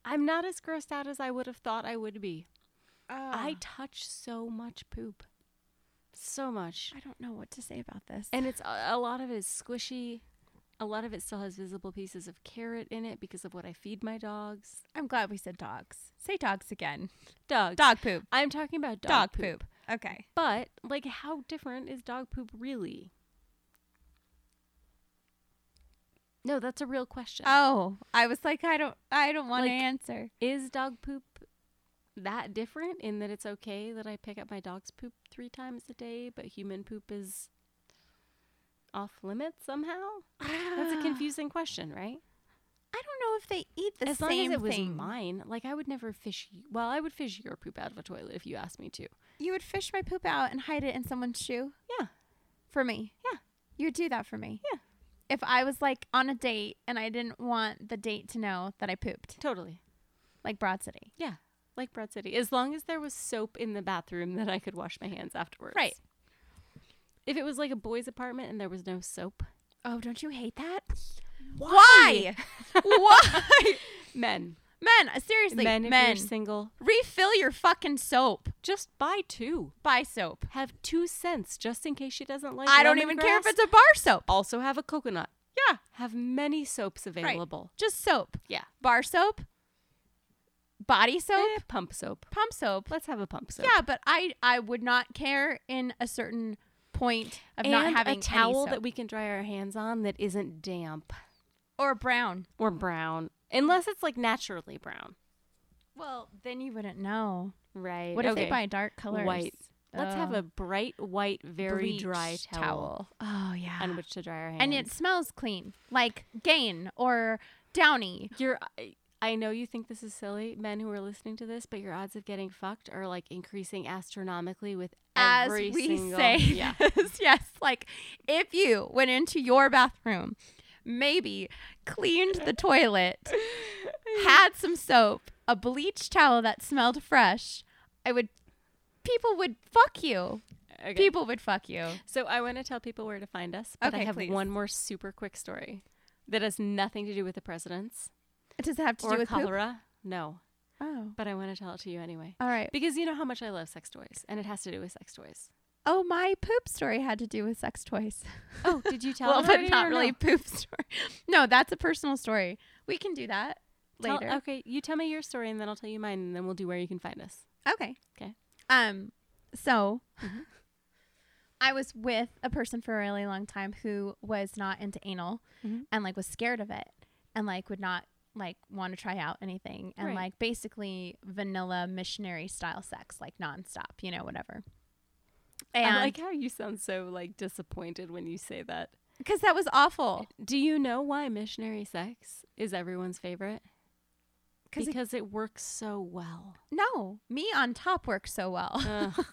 Speaker 1: I'm not as grossed out as I would have thought I would be. I
Speaker 2: I
Speaker 1: touch so much poop. So much.
Speaker 2: I don't know what to say about this.
Speaker 1: And it's uh, a a lot of it is squishy. A lot of it still has visible pieces of carrot in it because of what I feed my dogs.
Speaker 2: I'm glad we said dogs. Say dogs again.
Speaker 1: Dogs.
Speaker 2: Dog poop.
Speaker 1: I'm talking about dog,
Speaker 2: Dog,
Speaker 1: poop.
Speaker 2: poop. Okay.
Speaker 1: But like how different is dog poop really? No, that's a real question.
Speaker 2: Oh, I was like, I don't, I don't want to
Speaker 1: Like-
Speaker 2: answer.
Speaker 1: is dog poop that different in that it's okay that I pick up my dog's poop 3 times a day, but human poop is off limits somehow? That's a confusing question, right?
Speaker 2: I don't know if they eat the
Speaker 1: as long
Speaker 2: same
Speaker 1: as it was
Speaker 2: thing.
Speaker 1: mine, like I would never fish. y- Well, I would fish your poop out of a toilet if you asked me to.
Speaker 2: You would fish my poop out and hide it in someone's shoe
Speaker 1: Yeah,
Speaker 2: for me.
Speaker 1: Yeah.
Speaker 2: You would do that for me.
Speaker 1: Yeah.
Speaker 2: If I was like on a date and I didn't want the date to know that I pooped,
Speaker 1: totally.
Speaker 2: like Broad City.
Speaker 1: Yeah, like Broad City. As long as there was soap in the bathroom that I could wash my hands afterwards.
Speaker 2: Right.
Speaker 1: If it was like a boy's apartment and there was no soap,
Speaker 2: Oh, don't you hate that? Why? Why?
Speaker 1: men,
Speaker 2: men, uh, seriously,
Speaker 1: men,
Speaker 2: men.
Speaker 1: if you're single,
Speaker 2: refill your fucking soap.
Speaker 1: just buy two.
Speaker 2: Buy soap.
Speaker 1: Have two cents just in case she doesn't like.
Speaker 2: I don't even care if
Speaker 1: lemongrass.
Speaker 2: it's a bar soap.
Speaker 1: Also, have a coconut.
Speaker 2: Yeah.
Speaker 1: Have many soaps
Speaker 2: right.
Speaker 1: available.
Speaker 2: Just soap.
Speaker 1: Yeah.
Speaker 2: Bar soap. Body soap.
Speaker 1: Eh, pump soap.
Speaker 2: Pump soap.
Speaker 1: Let's have a pump soap.
Speaker 2: Yeah, but I I would not care in a certain point of
Speaker 1: and
Speaker 2: not having
Speaker 1: a towel
Speaker 2: any
Speaker 1: that
Speaker 2: soap.
Speaker 1: we can dry our hands on that isn't damp
Speaker 2: or brown.
Speaker 1: or brown, unless it's like naturally brown.
Speaker 2: Well, then you wouldn't know.
Speaker 1: Right.
Speaker 2: What if they buy dark colors?
Speaker 1: White. Let's have
Speaker 2: Oh.
Speaker 1: a bright white, very dry
Speaker 2: Bleached
Speaker 1: towel,
Speaker 2: Oh yeah,
Speaker 1: on which to dry our hands.
Speaker 2: and it smells clean, like Gain or Downy.
Speaker 1: your. I- I know you think this is silly, men who are listening to this, but your odds of getting fucked are like increasing astronomically with
Speaker 2: As
Speaker 1: every
Speaker 2: we
Speaker 1: single.
Speaker 2: say,
Speaker 1: Yeah.
Speaker 2: this, yes, like if you went into your bathroom, maybe cleaned the toilet, had some soap, a bleach towel that smelled fresh, I would. People would fuck you.
Speaker 1: Okay.
Speaker 2: People would fuck you.
Speaker 1: So I want to tell people where to find us, but I
Speaker 2: Okay,
Speaker 1: have
Speaker 2: please.
Speaker 1: one more super quick story that has nothing to do with the presidents
Speaker 2: Does it have to
Speaker 1: or
Speaker 2: do with poop?
Speaker 1: cholera. No,
Speaker 2: Oh,
Speaker 1: but I want to tell it to you anyway.
Speaker 2: all right.
Speaker 1: Because you know how much I love sex toys, and it has to do with sex toys.
Speaker 2: Oh, my poop story had to do with sex toys.
Speaker 1: Oh, did you tell?
Speaker 2: well,
Speaker 1: it
Speaker 2: but
Speaker 1: already
Speaker 2: not
Speaker 1: or
Speaker 2: really
Speaker 1: no?
Speaker 2: poop story. No, that's a personal story. We can do that
Speaker 1: Tell-
Speaker 2: later.
Speaker 1: okay, you tell me your story, and then I'll tell you mine, and then we'll do where you can find us.
Speaker 2: okay.
Speaker 1: Okay.
Speaker 2: Um. So, Um, I was with a person for a really long time who was not into anal
Speaker 1: Mm-hmm.
Speaker 2: and like was scared of it and like would not like want to try out anything and
Speaker 1: Right.
Speaker 2: like basically vanilla missionary style sex like nonstop, you know, whatever.
Speaker 1: I
Speaker 2: And
Speaker 1: like how you sound so like disappointed when you say that.
Speaker 2: because that was awful.
Speaker 1: Do you know why missionary sex is everyone's favorite?
Speaker 2: 'Cause it-
Speaker 1: because it, works so well.
Speaker 2: No, me on top works so well.
Speaker 1: Ugh.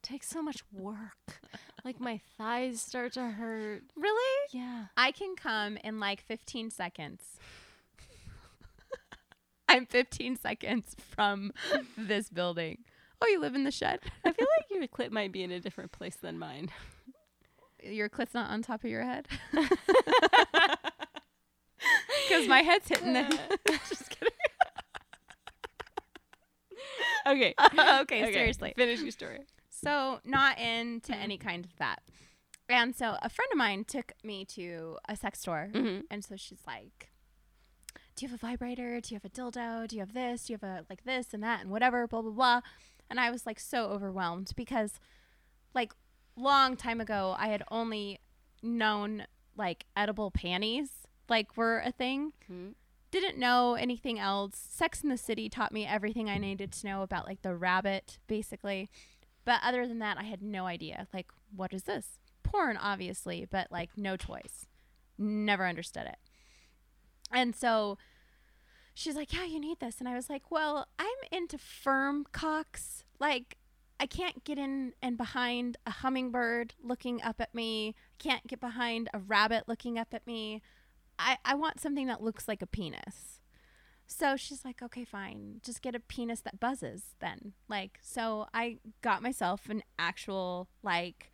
Speaker 1: takes so much work. Like my thighs start to hurt.
Speaker 2: really?
Speaker 1: Yeah.
Speaker 2: I can come in like 15 seconds. I'm 15 seconds from this building. Oh, you live in the shed?
Speaker 1: I feel like your clip might be in a different place than mine.
Speaker 2: Your clit's not on top of your head? Because my head's hitting the. Just kidding.
Speaker 1: Okay.
Speaker 2: okay,
Speaker 1: Okay,
Speaker 2: seriously.
Speaker 1: Finish your story.
Speaker 2: So, not into any kind of that. And so, a friend of mine took me to a sex store. And so she's like, Do you have a vibrator? Do you have a dildo? Do you have this? Do you have a like this and that and whatever? Blah, blah, blah. And I was like so overwhelmed because, like, long time ago, I had only known like edible panties, like, were a thing. Didn't know anything else. Sex in the City taught me everything I needed to know about, like, the rabbit, basically. But other than that, I had no idea. Like, what is this? Porn, obviously, but like no toys. Never understood it. And so she's like, Yeah, you need this. And I was like, Well, I'm into firm cocks. Like, I can't get in and behind a hummingbird looking up at me. Can't get behind a rabbit looking up at me. I, I want something that looks like a penis. So she's like, okay, fine. Just get a penis that buzzes then. Like, so I got myself an actual, like,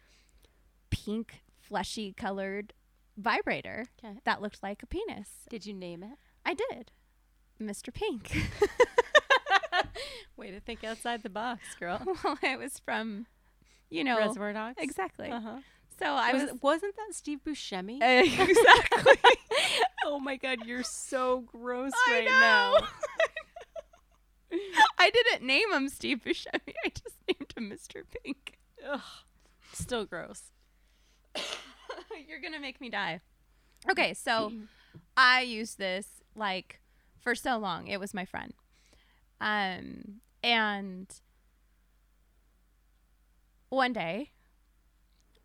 Speaker 2: pink, fleshy colored vibrator
Speaker 1: 'Kay.
Speaker 2: that looked like a penis.
Speaker 1: Did you name it?
Speaker 2: I did. Mr. Pink.
Speaker 1: Way to think outside the box, girl.
Speaker 2: well, it was from, you know,
Speaker 1: Reservoir Dogs.
Speaker 2: Exactly.
Speaker 1: Uh-huh.
Speaker 2: So I was.
Speaker 1: was not that Steve Buscemi?
Speaker 2: exactly.
Speaker 1: oh my god, you're so gross
Speaker 2: I
Speaker 1: right
Speaker 2: know.
Speaker 1: now.
Speaker 2: I didn't name him Steve Buscemi. I just named him Mr. Pink.
Speaker 1: Still gross.
Speaker 2: You're gonna make me die. Okay, so I used this like for so long. It was my friend, um, and one day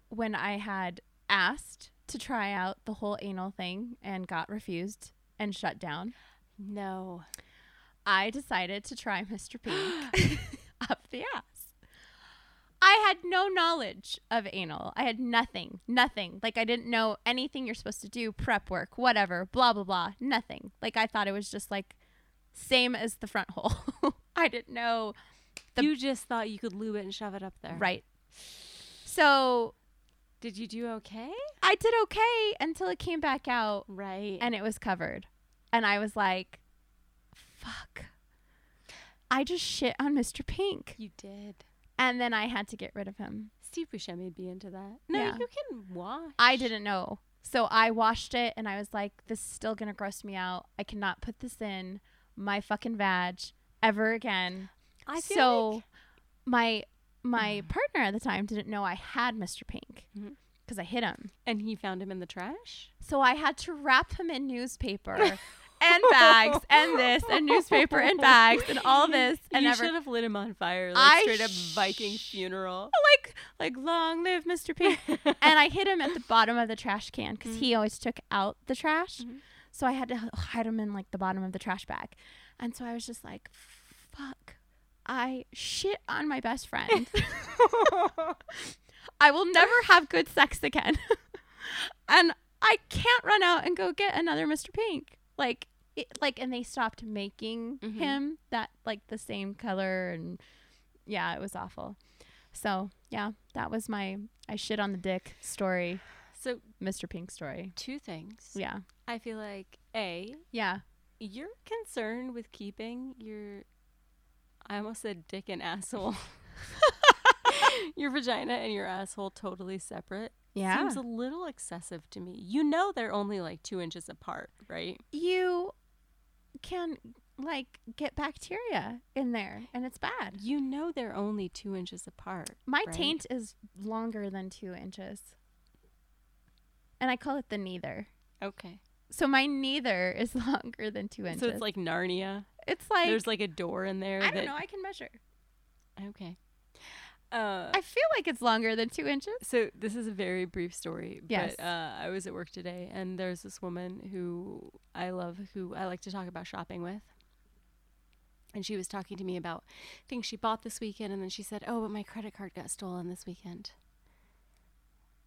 Speaker 2: when I had asked to try out the whole anal thing and got refused and shut down,
Speaker 1: No.
Speaker 2: I decided to try Mr. Pink up the ass. I had no knowledge of anal. I had nothing, nothing. Like I didn't know anything you're supposed to do, prep work, whatever, blah blah blah, nothing. Like I thought it was just like same as the front hole. I didn't know The-
Speaker 1: you just thought you could lube it and shove it up there.
Speaker 2: right. So
Speaker 1: Did you do okay?
Speaker 2: I did okay until it came back out
Speaker 1: Right.
Speaker 2: and it was covered. And I was like, fuck. I just shit on Mr. Pink.
Speaker 1: you did.
Speaker 2: And then I had to get rid of him.
Speaker 1: Steve Buscemi would be into that. No,
Speaker 2: Yeah.
Speaker 1: you can wash.
Speaker 2: I didn't know. So I washed it and I was like, this is still going to gross me out. I cannot put this in my fucking vag ever again.
Speaker 1: I feel
Speaker 2: so
Speaker 1: like- Mm.
Speaker 2: my my partner at the time didn't know I had Mr. Pink
Speaker 1: Mhm.
Speaker 2: because I hit him.
Speaker 1: And he found him in the trash?
Speaker 2: So I had to wrap him in newspaper and bags and this and newspaper and bags and all this and
Speaker 1: you
Speaker 2: ever
Speaker 1: should have lit him on fire, like
Speaker 2: I
Speaker 1: straight up
Speaker 2: sh-
Speaker 1: Viking funeral.
Speaker 2: like like long live Mr. Pink. and I hid him at the bottom of the trash can because he always took out the trash. So I had to h- hide him in like the bottom of the trash bag. And so I was just like, fuck. I shit on my best friend. I will never have good sex again. and I can't run out and go get another Mr. Pink. Like it, like and they stopped making him that like the same color and yeah, it was awful. So yeah, that was my I shit on the dick story,
Speaker 1: So,
Speaker 2: Mr. Pink story.
Speaker 1: two things.
Speaker 2: Yeah,
Speaker 1: I feel like, A,
Speaker 2: yeah.
Speaker 1: you're concerned with keeping your I almost said dick and asshole. your vagina and your asshole totally separate.
Speaker 2: Yeah.
Speaker 1: Seems a little excessive to me. You know they're only like two inches apart, right?
Speaker 2: You can like get bacteria in there and it's bad.
Speaker 1: You know they're only two inches apart.
Speaker 2: My
Speaker 1: right?
Speaker 2: taint is longer than two inches. And I call it the neither.
Speaker 1: Okay.
Speaker 2: So my neither is longer than two inches.
Speaker 1: So it's like Narnia.
Speaker 2: it's like,
Speaker 1: There's like a door in there.
Speaker 2: I
Speaker 1: that, Oh.
Speaker 2: don't know, I can measure.
Speaker 1: Okay. Uh,
Speaker 2: I feel like it's longer than two inches.
Speaker 1: so this is a very brief story,
Speaker 2: Yes.
Speaker 1: but uh, I was at work today, and there's this woman who I love, who I like to talk about shopping with. And she was talking to me about things she bought this weekend, and then she said, "Oh, but my credit card got stolen this weekend."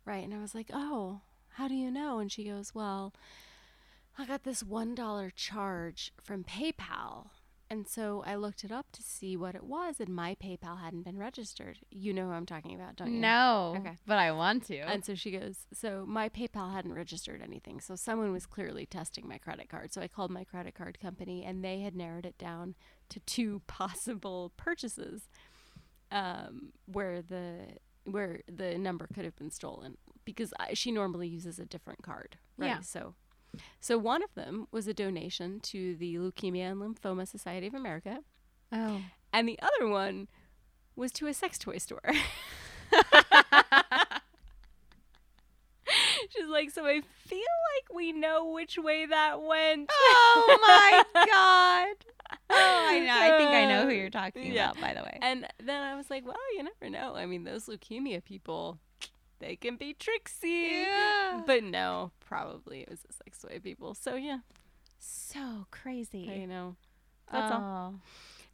Speaker 1: Right, and I was like, "Oh, how do you know?" And she goes, "Well, I got this $1 charge from PayPal. And so I looked it up to see what it was, and my PayPal hadn't been registered. You know who I'm talking about, don't you?
Speaker 2: No.
Speaker 1: Oh, Okay.
Speaker 2: But I want to.
Speaker 1: And so she goes, So my PayPal hadn't registered anything. So someone was clearly testing my credit card. So I called my credit card company, and they had narrowed it down to two possible purchases um, where the where the number could have been stolen because I, she normally uses a different card right
Speaker 2: Yeah.
Speaker 1: so so one of them was a donation to the leukemia and lymphoma society of america
Speaker 2: oh.
Speaker 1: and the other one was to a sex toy store. She's like, so I feel like we know which way that went.
Speaker 2: Oh my god. Oh, I know. I think I know who you're talking
Speaker 1: Yeah.
Speaker 2: about, by the way.
Speaker 1: And then I was like, well, you never know. I mean, those leukemia people, they can be tricksy.
Speaker 2: Yeah.
Speaker 1: But no, probably it was the sex toy people. So yeah,
Speaker 2: So crazy.
Speaker 1: I know. That's all.
Speaker 2: all.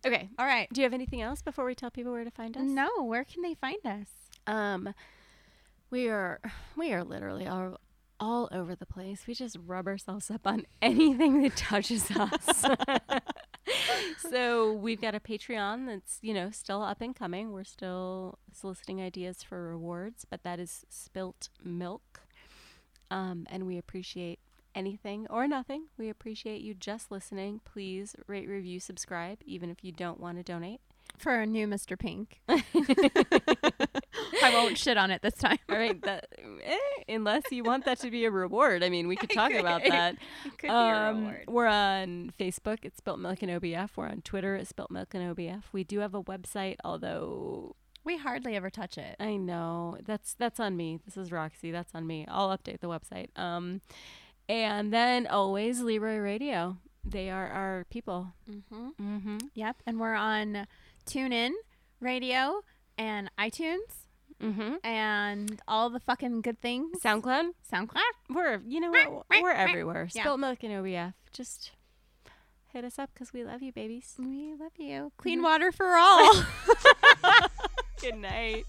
Speaker 1: Okay.
Speaker 2: All right.
Speaker 1: Do you have anything else before we tell people where to find us?
Speaker 2: No, where can they find us?
Speaker 1: Um, we are we are literally all all over the place. We just rub ourselves up on anything that touches us. so we've got a Patreon that's you know still up and coming. We're still soliciting ideas for rewards, but that is spilt milk. Um, and we appreciate anything or nothing. We appreciate you just listening. Please rate, review, subscribe, even if you don't want to donate.
Speaker 2: For a new Mr. Pink. I won't shit on it this time.
Speaker 1: All right, that, eh, unless you want that to be a reward. I mean, we could talk about
Speaker 2: could.
Speaker 1: that.
Speaker 2: Could be
Speaker 1: Um, we're on Facebook. It's Spilt Milk and OBF. We're on Twitter. It's Spilt Milk and OBF. We do have a website, although
Speaker 2: We hardly ever touch it.
Speaker 1: I know that's that's on me. This is Roxy. That's on me. I'll update the website. Um, and then always Leroy Radio. They are our people. Mm-hmm. Mm-hmm.
Speaker 2: Yep. And we're on TuneIn Radio and iTunes
Speaker 1: Mm-hmm.
Speaker 2: and all the fucking good things.
Speaker 1: SoundCloud.
Speaker 2: SoundCloud.
Speaker 1: We're you know what? We're everywhere.
Speaker 2: Yeah.
Speaker 1: Spilt Milk and OBF. Just hit us up because we love you, babies.
Speaker 2: Mm-hmm. We love you. Clean water for all.
Speaker 1: Good night.